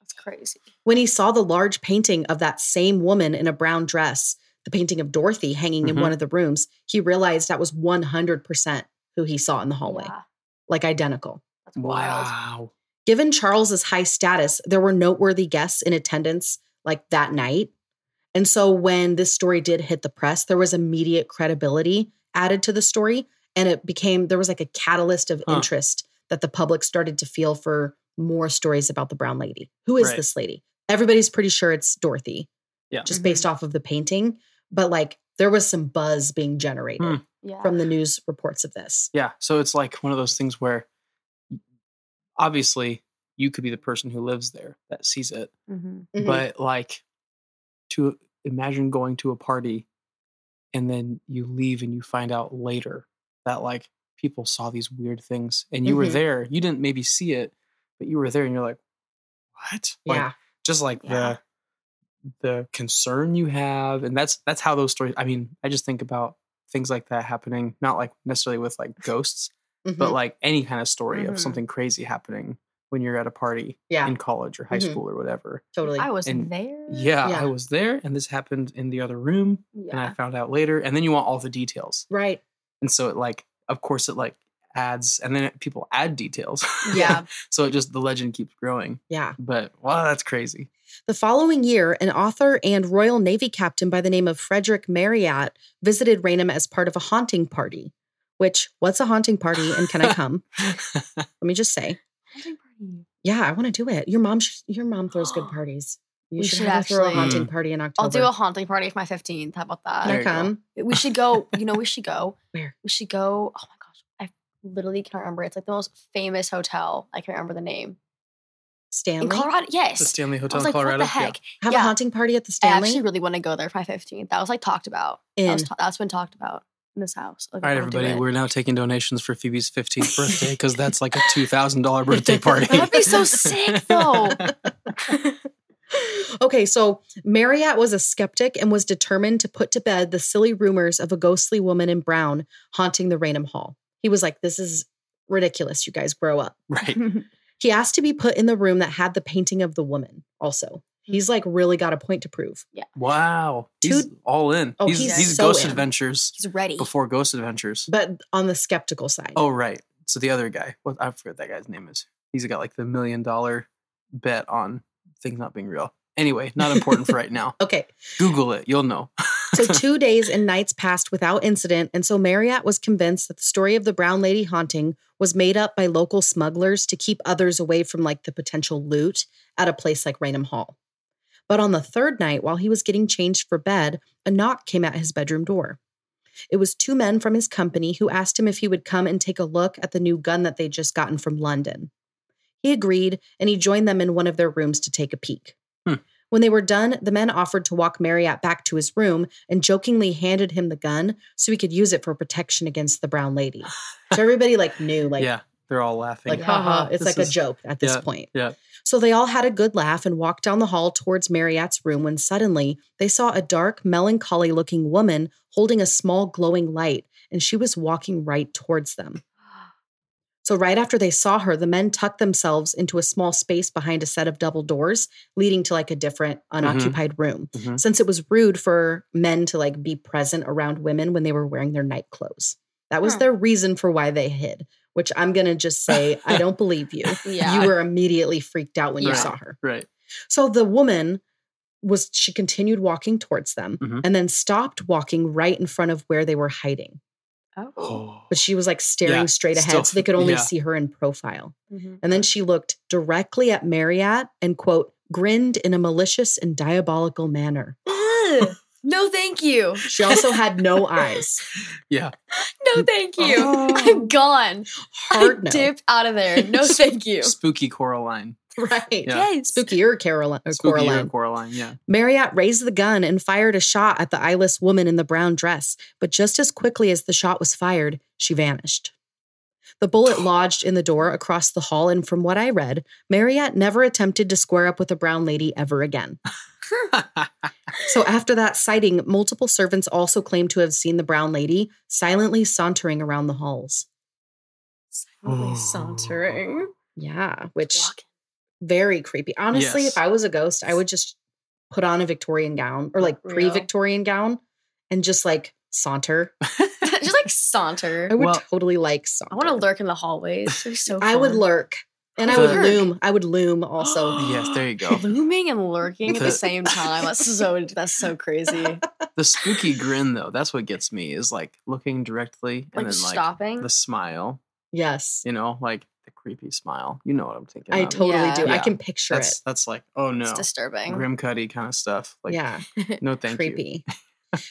Speaker 3: That's crazy.
Speaker 2: When he saw the large painting of that same woman in a brown dress, the painting of Dorothy hanging in
Speaker 1: Mhm.
Speaker 2: one of the rooms, he realized that was 100% who he saw in the hallway,
Speaker 3: Yeah,
Speaker 2: like identical.
Speaker 3: that's wild.
Speaker 1: Wow.
Speaker 2: Given Charles's high status, there were noteworthy guests in attendance like that night. And so when this story did hit the press, there was immediate credibility added to the story and it became there was like a catalyst of
Speaker 1: Huh.
Speaker 2: interest that the public started to feel for more stories about the brown lady. Who is
Speaker 1: Right.
Speaker 2: this lady? Everybody's pretty sure it's Dorothy.
Speaker 1: Yeah.
Speaker 2: Just based off of the painting, but like there was some buzz being generated
Speaker 1: Hmm.
Speaker 3: Yeah.
Speaker 2: from the news reports of this.
Speaker 1: Yeah. So it's like one of those things where obviously you could be the person who lives there that sees it.
Speaker 3: hmm
Speaker 2: Mhm.
Speaker 1: But like to imagine going to a party and then you leave and you find out later that like people saw these weird things and you were
Speaker 2: Mhm.
Speaker 1: there. You didn't maybe see it, but you were there and you're like, what? Like,
Speaker 2: yeah.
Speaker 1: just like
Speaker 3: Yeah.
Speaker 1: the the concern you have and that's that's how those stories i mean i just think about things like that happening not like necessarily with like ghosts
Speaker 2: Mhm.
Speaker 3: Mm-hmm.
Speaker 1: but like any kind of story
Speaker 3: Mhm.
Speaker 1: of something crazy happening when you're at a party
Speaker 2: yeah,
Speaker 1: in college or high
Speaker 3: Mm-hmm.
Speaker 2: Mhm.
Speaker 1: school or whatever
Speaker 2: totally.
Speaker 3: I was
Speaker 1: and-
Speaker 3: there.
Speaker 1: yeah,
Speaker 2: Yeah.
Speaker 1: i was there and this happened in the other room and i *laughs*
Speaker 3: Yeah.
Speaker 1: found out later and then you want all the details
Speaker 2: right.
Speaker 1: and so it like of course it like adds and then it, people add details. *laughs*
Speaker 3: Yeah.
Speaker 1: so it just the legend keeps growing.
Speaker 2: Yeah.
Speaker 1: But wow, that's crazy.
Speaker 2: The following year, an author and Royal Navy captain by the name of Frederick Marriott visited Raynham as part of a haunting party. Which, what's a haunting party and
Speaker 3: *laughs*
Speaker 2: can I come? Let me just say.
Speaker 3: Haunting party.
Speaker 2: Yeah, I want to do it. Your mom, sh- your mom throws
Speaker 3: *gasps*
Speaker 2: good parties. You
Speaker 3: We
Speaker 2: should,
Speaker 3: should
Speaker 2: have her throw a
Speaker 3: actually-
Speaker 2: haunting party in October.
Speaker 3: I'll do a haunting party for my 15th. How about that?
Speaker 2: Can
Speaker 1: There
Speaker 2: I
Speaker 1: you go.
Speaker 2: come?
Speaker 3: We should go. You know, we
Speaker 1: *laughs*
Speaker 3: should go.
Speaker 2: Where?
Speaker 3: We should go. Oh my gosh. I literally can't remember. It's like the most famous hotel. I can't remember the name.
Speaker 2: Stanley.
Speaker 3: In Colorado.
Speaker 1: The
Speaker 3: Yes.
Speaker 1: Stanley
Speaker 3: I
Speaker 1: Hotel
Speaker 3: was
Speaker 1: in
Speaker 3: like,
Speaker 1: Colorado.
Speaker 3: what the heck?
Speaker 2: Have a
Speaker 3: Yeah.
Speaker 2: haunting party at the
Speaker 3: I
Speaker 2: Stanley.
Speaker 3: actually really want to go there for my 15th. That was like talked about. That
Speaker 2: in
Speaker 3: was, ta- that's been talked about in this house. Like,
Speaker 1: All right,
Speaker 3: I'll do
Speaker 1: everybody,
Speaker 3: it.
Speaker 1: we're now taking donations for Phoebe's 15th birthday because that's like a $2,000 birthday party.
Speaker 3: That'd be so sick, though.
Speaker 2: okay, so Marriott was a skeptic and was determined to put to bed the silly rumors of a ghostly woman in brown haunting the Raynham Hall. He was like, This is ridiculous. You guys grow up.
Speaker 1: *laughs* Right.
Speaker 3: *laughs*
Speaker 2: He asked to be put in the room that had the painting of the woman, also. He's like, really got a point to prove.
Speaker 1: Wow. He's
Speaker 2: Dude.
Speaker 1: all in.
Speaker 2: Oh,
Speaker 1: he's
Speaker 3: he's
Speaker 1: he's
Speaker 2: so
Speaker 1: Ghost
Speaker 2: in.
Speaker 1: Adventures
Speaker 3: He's ready.
Speaker 1: before Ghost Adventures.
Speaker 2: But on the skeptical side.
Speaker 1: Oh, right. So the other guy, what I forget that guy's name is. He's got like the million dollar bet on things not being real. Anyway, not important for right now.
Speaker 2: Okay.
Speaker 1: Google it. You'll know. *laughs*
Speaker 2: So two days and nights passed without incident. And so Marriott was convinced that the story of the brown lady haunting was made up by local smugglers to keep others away from like the potential loot at a place like Raynham Hall. But on the third night, while he was getting changed for bed, a knock came at his bedroom door. It was two men from his company who asked him if he would come and take a look at the new gun that they'd just gotten from London. He agreed, and he joined them in one of their rooms to take a peek.
Speaker 1: Hmm.
Speaker 2: When they were done, the men offered to walk Marriott back to his room and jokingly handed him the gun so he could use it for protection against the brown lady. So everybody like knew, like,
Speaker 1: yeah, they're all laughing.
Speaker 2: like
Speaker 3: Yeah.
Speaker 2: haha, Uh-huh. it's
Speaker 1: "Uh-huh, This
Speaker 2: like
Speaker 1: is-
Speaker 2: a joke at this point.
Speaker 1: yeah.
Speaker 2: So they all had a good laugh and walked down the hall towards Marriott's room when suddenly they saw a dark, melancholy looking woman holding a small glowing light, and she was walking right towards them. So, right after they saw her, the men tucked themselves into a small space behind a set of double doors leading to like a different
Speaker 1: Mm-hmm.
Speaker 2: unoccupied room,
Speaker 1: Mhm.
Speaker 2: since it was rude for men to like be present around women when they were wearing their night clothes. That was
Speaker 3: Huh.
Speaker 2: their reason for why they hid, which I'm going to just say, I don't believe you.
Speaker 3: *laughs* yeah.
Speaker 2: You were immediately freaked out when you
Speaker 3: Yeah.
Speaker 2: saw her.
Speaker 1: Right.
Speaker 2: So the woman was, she continued walking towards them
Speaker 1: Mhm.
Speaker 2: and then stopped walking right in front of where they were hiding.
Speaker 3: oh.
Speaker 2: But she was like staring
Speaker 1: Yeah,
Speaker 2: straight ahead,
Speaker 1: still-
Speaker 2: so they could only
Speaker 1: yeah.
Speaker 2: see her in profile.
Speaker 3: Mhm.
Speaker 2: And then she looked directly at Marriott and, quote, grinned in a malicious and diabolical manner.
Speaker 3: Ugh. no, thank you.
Speaker 2: She also had no eyes.
Speaker 1: Yeah.
Speaker 3: No, thank you.
Speaker 1: Oh.
Speaker 3: I'm *laughs* gone.
Speaker 2: Hard
Speaker 3: *laughs* I
Speaker 2: no.
Speaker 3: dipped out of there. No,
Speaker 2: *laughs*
Speaker 3: thank you.
Speaker 1: Spooky Coraline.
Speaker 2: Right.
Speaker 1: Yeah.
Speaker 3: Yes.
Speaker 2: Spookier Caroline. or
Speaker 1: Spooky
Speaker 2: uh, Coraline.
Speaker 1: Coraline. Yeah.
Speaker 2: Marriott raised the gun and fired a shot at the eyeless woman in the brown dress, but just as quickly as the shot was fired, she vanished.
Speaker 1: *sighs*
Speaker 2: The bullet lodged in the door across the hall, and from what I read, Marriott never attempted to square up with a brown lady ever again. So after that sighting, multiple servants also claimed to have seen the brown lady silently sauntering around the halls.
Speaker 1: Oh.
Speaker 3: Silently sauntering.
Speaker 2: Yeah, which
Speaker 3: Walking.
Speaker 2: very creepy. Honestly,
Speaker 1: Yes.
Speaker 2: if I was a ghost, I would just put on a Victorian gown or like
Speaker 3: Real.
Speaker 2: pre-Victorian gown and just like saunter.
Speaker 3: *laughs* Just like saunter.
Speaker 2: I would
Speaker 1: Well-
Speaker 2: totally like saunter.
Speaker 3: I want to lurk in the hallways. It'd be so
Speaker 2: *laughs* I would
Speaker 3: fun.
Speaker 2: lurk, and I
Speaker 1: The-
Speaker 2: would loom. I would loom
Speaker 1: *gasps*
Speaker 2: also.
Speaker 1: *laughs* yes, there you go.
Speaker 3: *laughs* Looming and lurking at
Speaker 1: The-
Speaker 3: the same
Speaker 1: *laughs*
Speaker 3: time. That's so that's so crazy. Like,
Speaker 1: The spooky grin, though, that's what gets me is like looking directly and then like
Speaker 3: stopping.
Speaker 1: the smile,
Speaker 2: yes,
Speaker 1: you know, like the creepy smile. You know what I'm thinking.
Speaker 2: I
Speaker 1: of.
Speaker 2: totally
Speaker 3: Yeah.
Speaker 2: do. I
Speaker 1: Yeah.
Speaker 2: can picture
Speaker 1: that's, that's like, oh no.
Speaker 3: It's disturbing.
Speaker 1: Grim Cuddy kind of stuff.
Speaker 2: it.
Speaker 1: Like,
Speaker 2: yeah. *laughs*
Speaker 1: no thank you.
Speaker 2: creepy.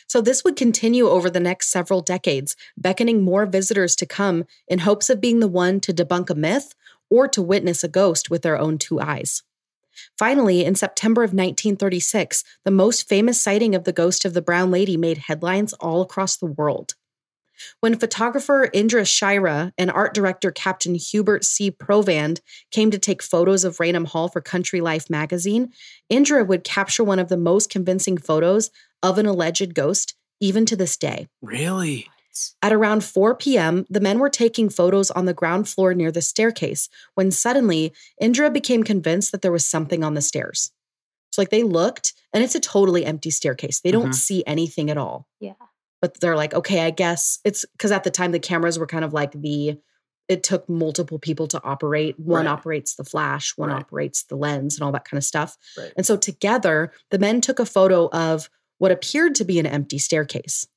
Speaker 2: so this would continue over the next several decades, beckoning more visitors to come in hopes of being the one to debunk a myth or to witness a ghost with their own two eyes. Finally, in September of 1936, the most famous sighting of the ghost of the Brown Lady made headlines all across the world. When photographer Indra Shira and art director Captain Hubert C. Provand came to take photos of Raynham Hall for Country Life magazine, Indra would capture one of the most convincing photos of an alleged ghost, even to this day.
Speaker 1: Really?
Speaker 2: At around 4 p.m., the men were taking photos on the ground floor near the staircase when suddenly Indra became convinced that there was something on the stairs. So, like, they looked and it's a totally empty staircase. They don't
Speaker 1: Mhm.
Speaker 2: see anything at all.
Speaker 3: Yeah.
Speaker 2: but they're like, okay, I guess it's because at the time the cameras were kind of like the, it took multiple people to operate. One
Speaker 1: Right.
Speaker 2: operates the flash, one
Speaker 1: Right.
Speaker 2: operates the lens, and all that kind of stuff.
Speaker 1: *laughs* Right.
Speaker 2: And so together, the men took a photo of what appeared to be an empty staircase.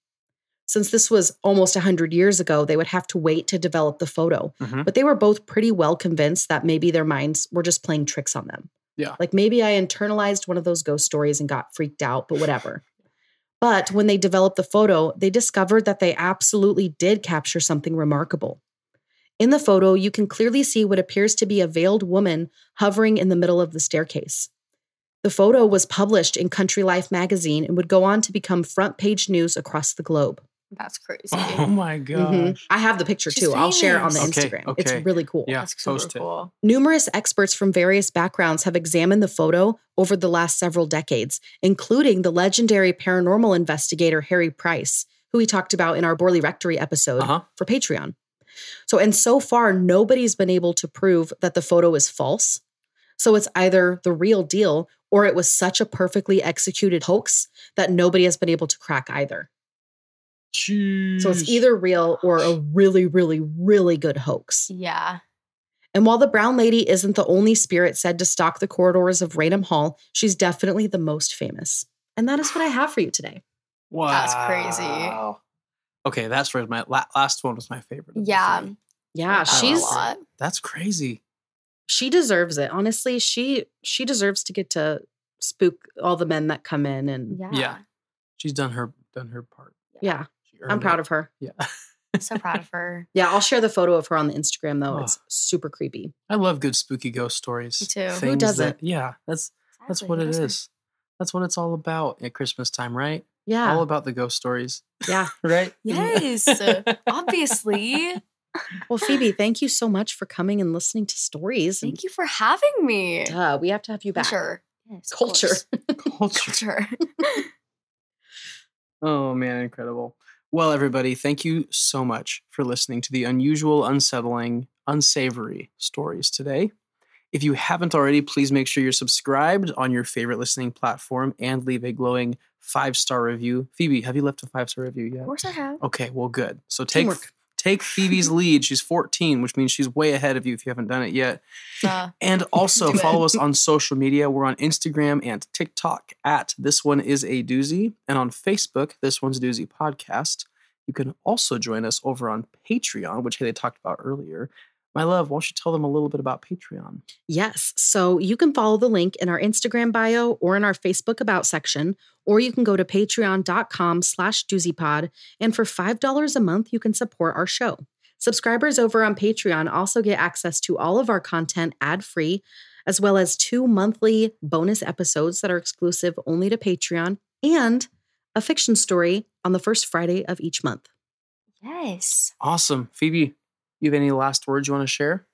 Speaker 2: Since this was almost 100 years ago, they would have to wait to develop the photo.
Speaker 1: Mhm.
Speaker 2: But they were both pretty well convinced that maybe their minds were just playing tricks on them.
Speaker 1: Yeah.
Speaker 2: Like maybe I internalized one of those ghost stories and got freaked out, but whatever. but when they developed the photo, they discovered that they absolutely did capture something remarkable. In the photo, you can clearly see what appears to be a veiled woman hovering in the middle of the staircase. The photo was published in Country Life magazine and would go on to become front page news across the globe.
Speaker 1: *laughs*
Speaker 3: That's crazy.
Speaker 1: Oh my god.
Speaker 2: Mhm. I have the picture
Speaker 3: She's
Speaker 2: too. I'll share it on the
Speaker 1: famous. Okay,
Speaker 2: Instagram. It's
Speaker 1: okay.
Speaker 2: really cool.
Speaker 1: Yeah,
Speaker 3: That's super
Speaker 1: post it.
Speaker 3: cool.
Speaker 2: Numerous experts from various backgrounds have examined the photo over the last several decades, including the legendary paranormal investigator Harry Price, who we talked about in our Borley Rectory episode
Speaker 1: Uh-huh.
Speaker 2: for Patreon. So, and so far, nobody's been able to prove that the photo is false. So, it's either the real deal or it was such a perfectly executed hoax that nobody has been able to crack either. So, it's
Speaker 1: Jeez.
Speaker 2: either real or a really, really, really good hoax.
Speaker 3: Yeah.
Speaker 2: And while the brown lady isn't the only spirit said to stalk the corridors of Raynham Hall, she's definitely the most famous. And that is what I have for you today.
Speaker 1: Wow.
Speaker 3: That's crazy.
Speaker 1: Okay, that story was my la- last one was my favorite. of the
Speaker 3: Yeah.
Speaker 1: three. Oh,
Speaker 2: Yeah,
Speaker 3: That's a
Speaker 2: she's
Speaker 3: lot.
Speaker 1: That's crazy.
Speaker 2: she deserves it. Honestly, she she deserves to get to spook all the men that come in and yeah.
Speaker 3: Yeah.
Speaker 1: Yeah. She's done her done her part.
Speaker 2: I'm proud of her.
Speaker 1: Yeah.
Speaker 3: So proud of her.
Speaker 2: Yeah, I'll share the photo of her on the Instagram though.
Speaker 1: Oh.
Speaker 2: It's super creepy.
Speaker 1: *laughs* I love good spooky ghost stories.
Speaker 3: Me too. Who
Speaker 1: Things
Speaker 2: doesn't?
Speaker 1: That, yeah, that's *laughs* that's
Speaker 3: Exactly,
Speaker 1: what it
Speaker 3: doesn't-
Speaker 1: is. That's what it's all about at Christmas time, right?
Speaker 2: Yeah.
Speaker 1: All about the ghost stories,
Speaker 2: *laughs*
Speaker 1: *laughs*
Speaker 2: yeah.
Speaker 1: right?
Speaker 3: Yes.
Speaker 1: *laughs*
Speaker 3: Obviously.
Speaker 2: Well, Phoebe, thank you so much for coming and listening to stories.
Speaker 3: Thank you for having me.
Speaker 2: Duh, we have to have you back.
Speaker 3: Culture. Yes, of
Speaker 2: Culture. *laughs*
Speaker 3: course.
Speaker 1: Culture.
Speaker 3: Culture.
Speaker 1: Oh man, incredible. Well, everybody, thank you so much for listening to the unusual, unsettling, unsavory stories today. If you haven't already, please make sure you're subscribed on your favorite listening platform and leave a glowing five star review. Phoebe, have you left a five star review yet?
Speaker 3: Of course
Speaker 1: *laughs*
Speaker 3: I have.
Speaker 1: Okay, well, good. So take
Speaker 2: Teamwork.
Speaker 1: take Phoebe's lead. She's 14, which means she's way ahead of you if you haven't done it yet.
Speaker 3: Uh, *laughs*
Speaker 1: And also
Speaker 3: Do it.
Speaker 1: follow us on social media. We're on Instagram and TikTok at This One Is a Doozy, and on Facebook, This One's a Doozy Podcast. You can also join us over on Patreon, which hey, they talked about earlier. My love, why don't you tell them a little bit about Patreon?
Speaker 2: Yes. So you can follow the link in our Instagram bio or in our Facebook about section, or you can go to patreon.com slash doozypod. And for $5 a month, you can support our show. Subscribers over on Patreon also get access to all of our content ad free, as well as two monthly bonus episodes that are exclusive only to Patreon and a fiction story on the first Friday of each month.
Speaker 3: yes.
Speaker 1: Awesome. Phoebe, you have any last words you want to share?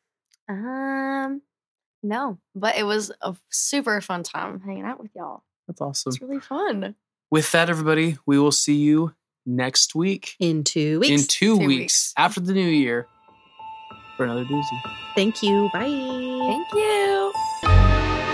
Speaker 3: Um, no, but it was a super fun time hanging out with y'all.
Speaker 1: That's awesome.
Speaker 3: It's really fun.
Speaker 1: With that, everybody, we will see you next week.
Speaker 2: In two weeks.
Speaker 1: In two,
Speaker 3: Two
Speaker 1: weeks,
Speaker 3: weeks.
Speaker 1: after the new year for another doozy.
Speaker 2: Thank you. Bye.
Speaker 3: Thank you.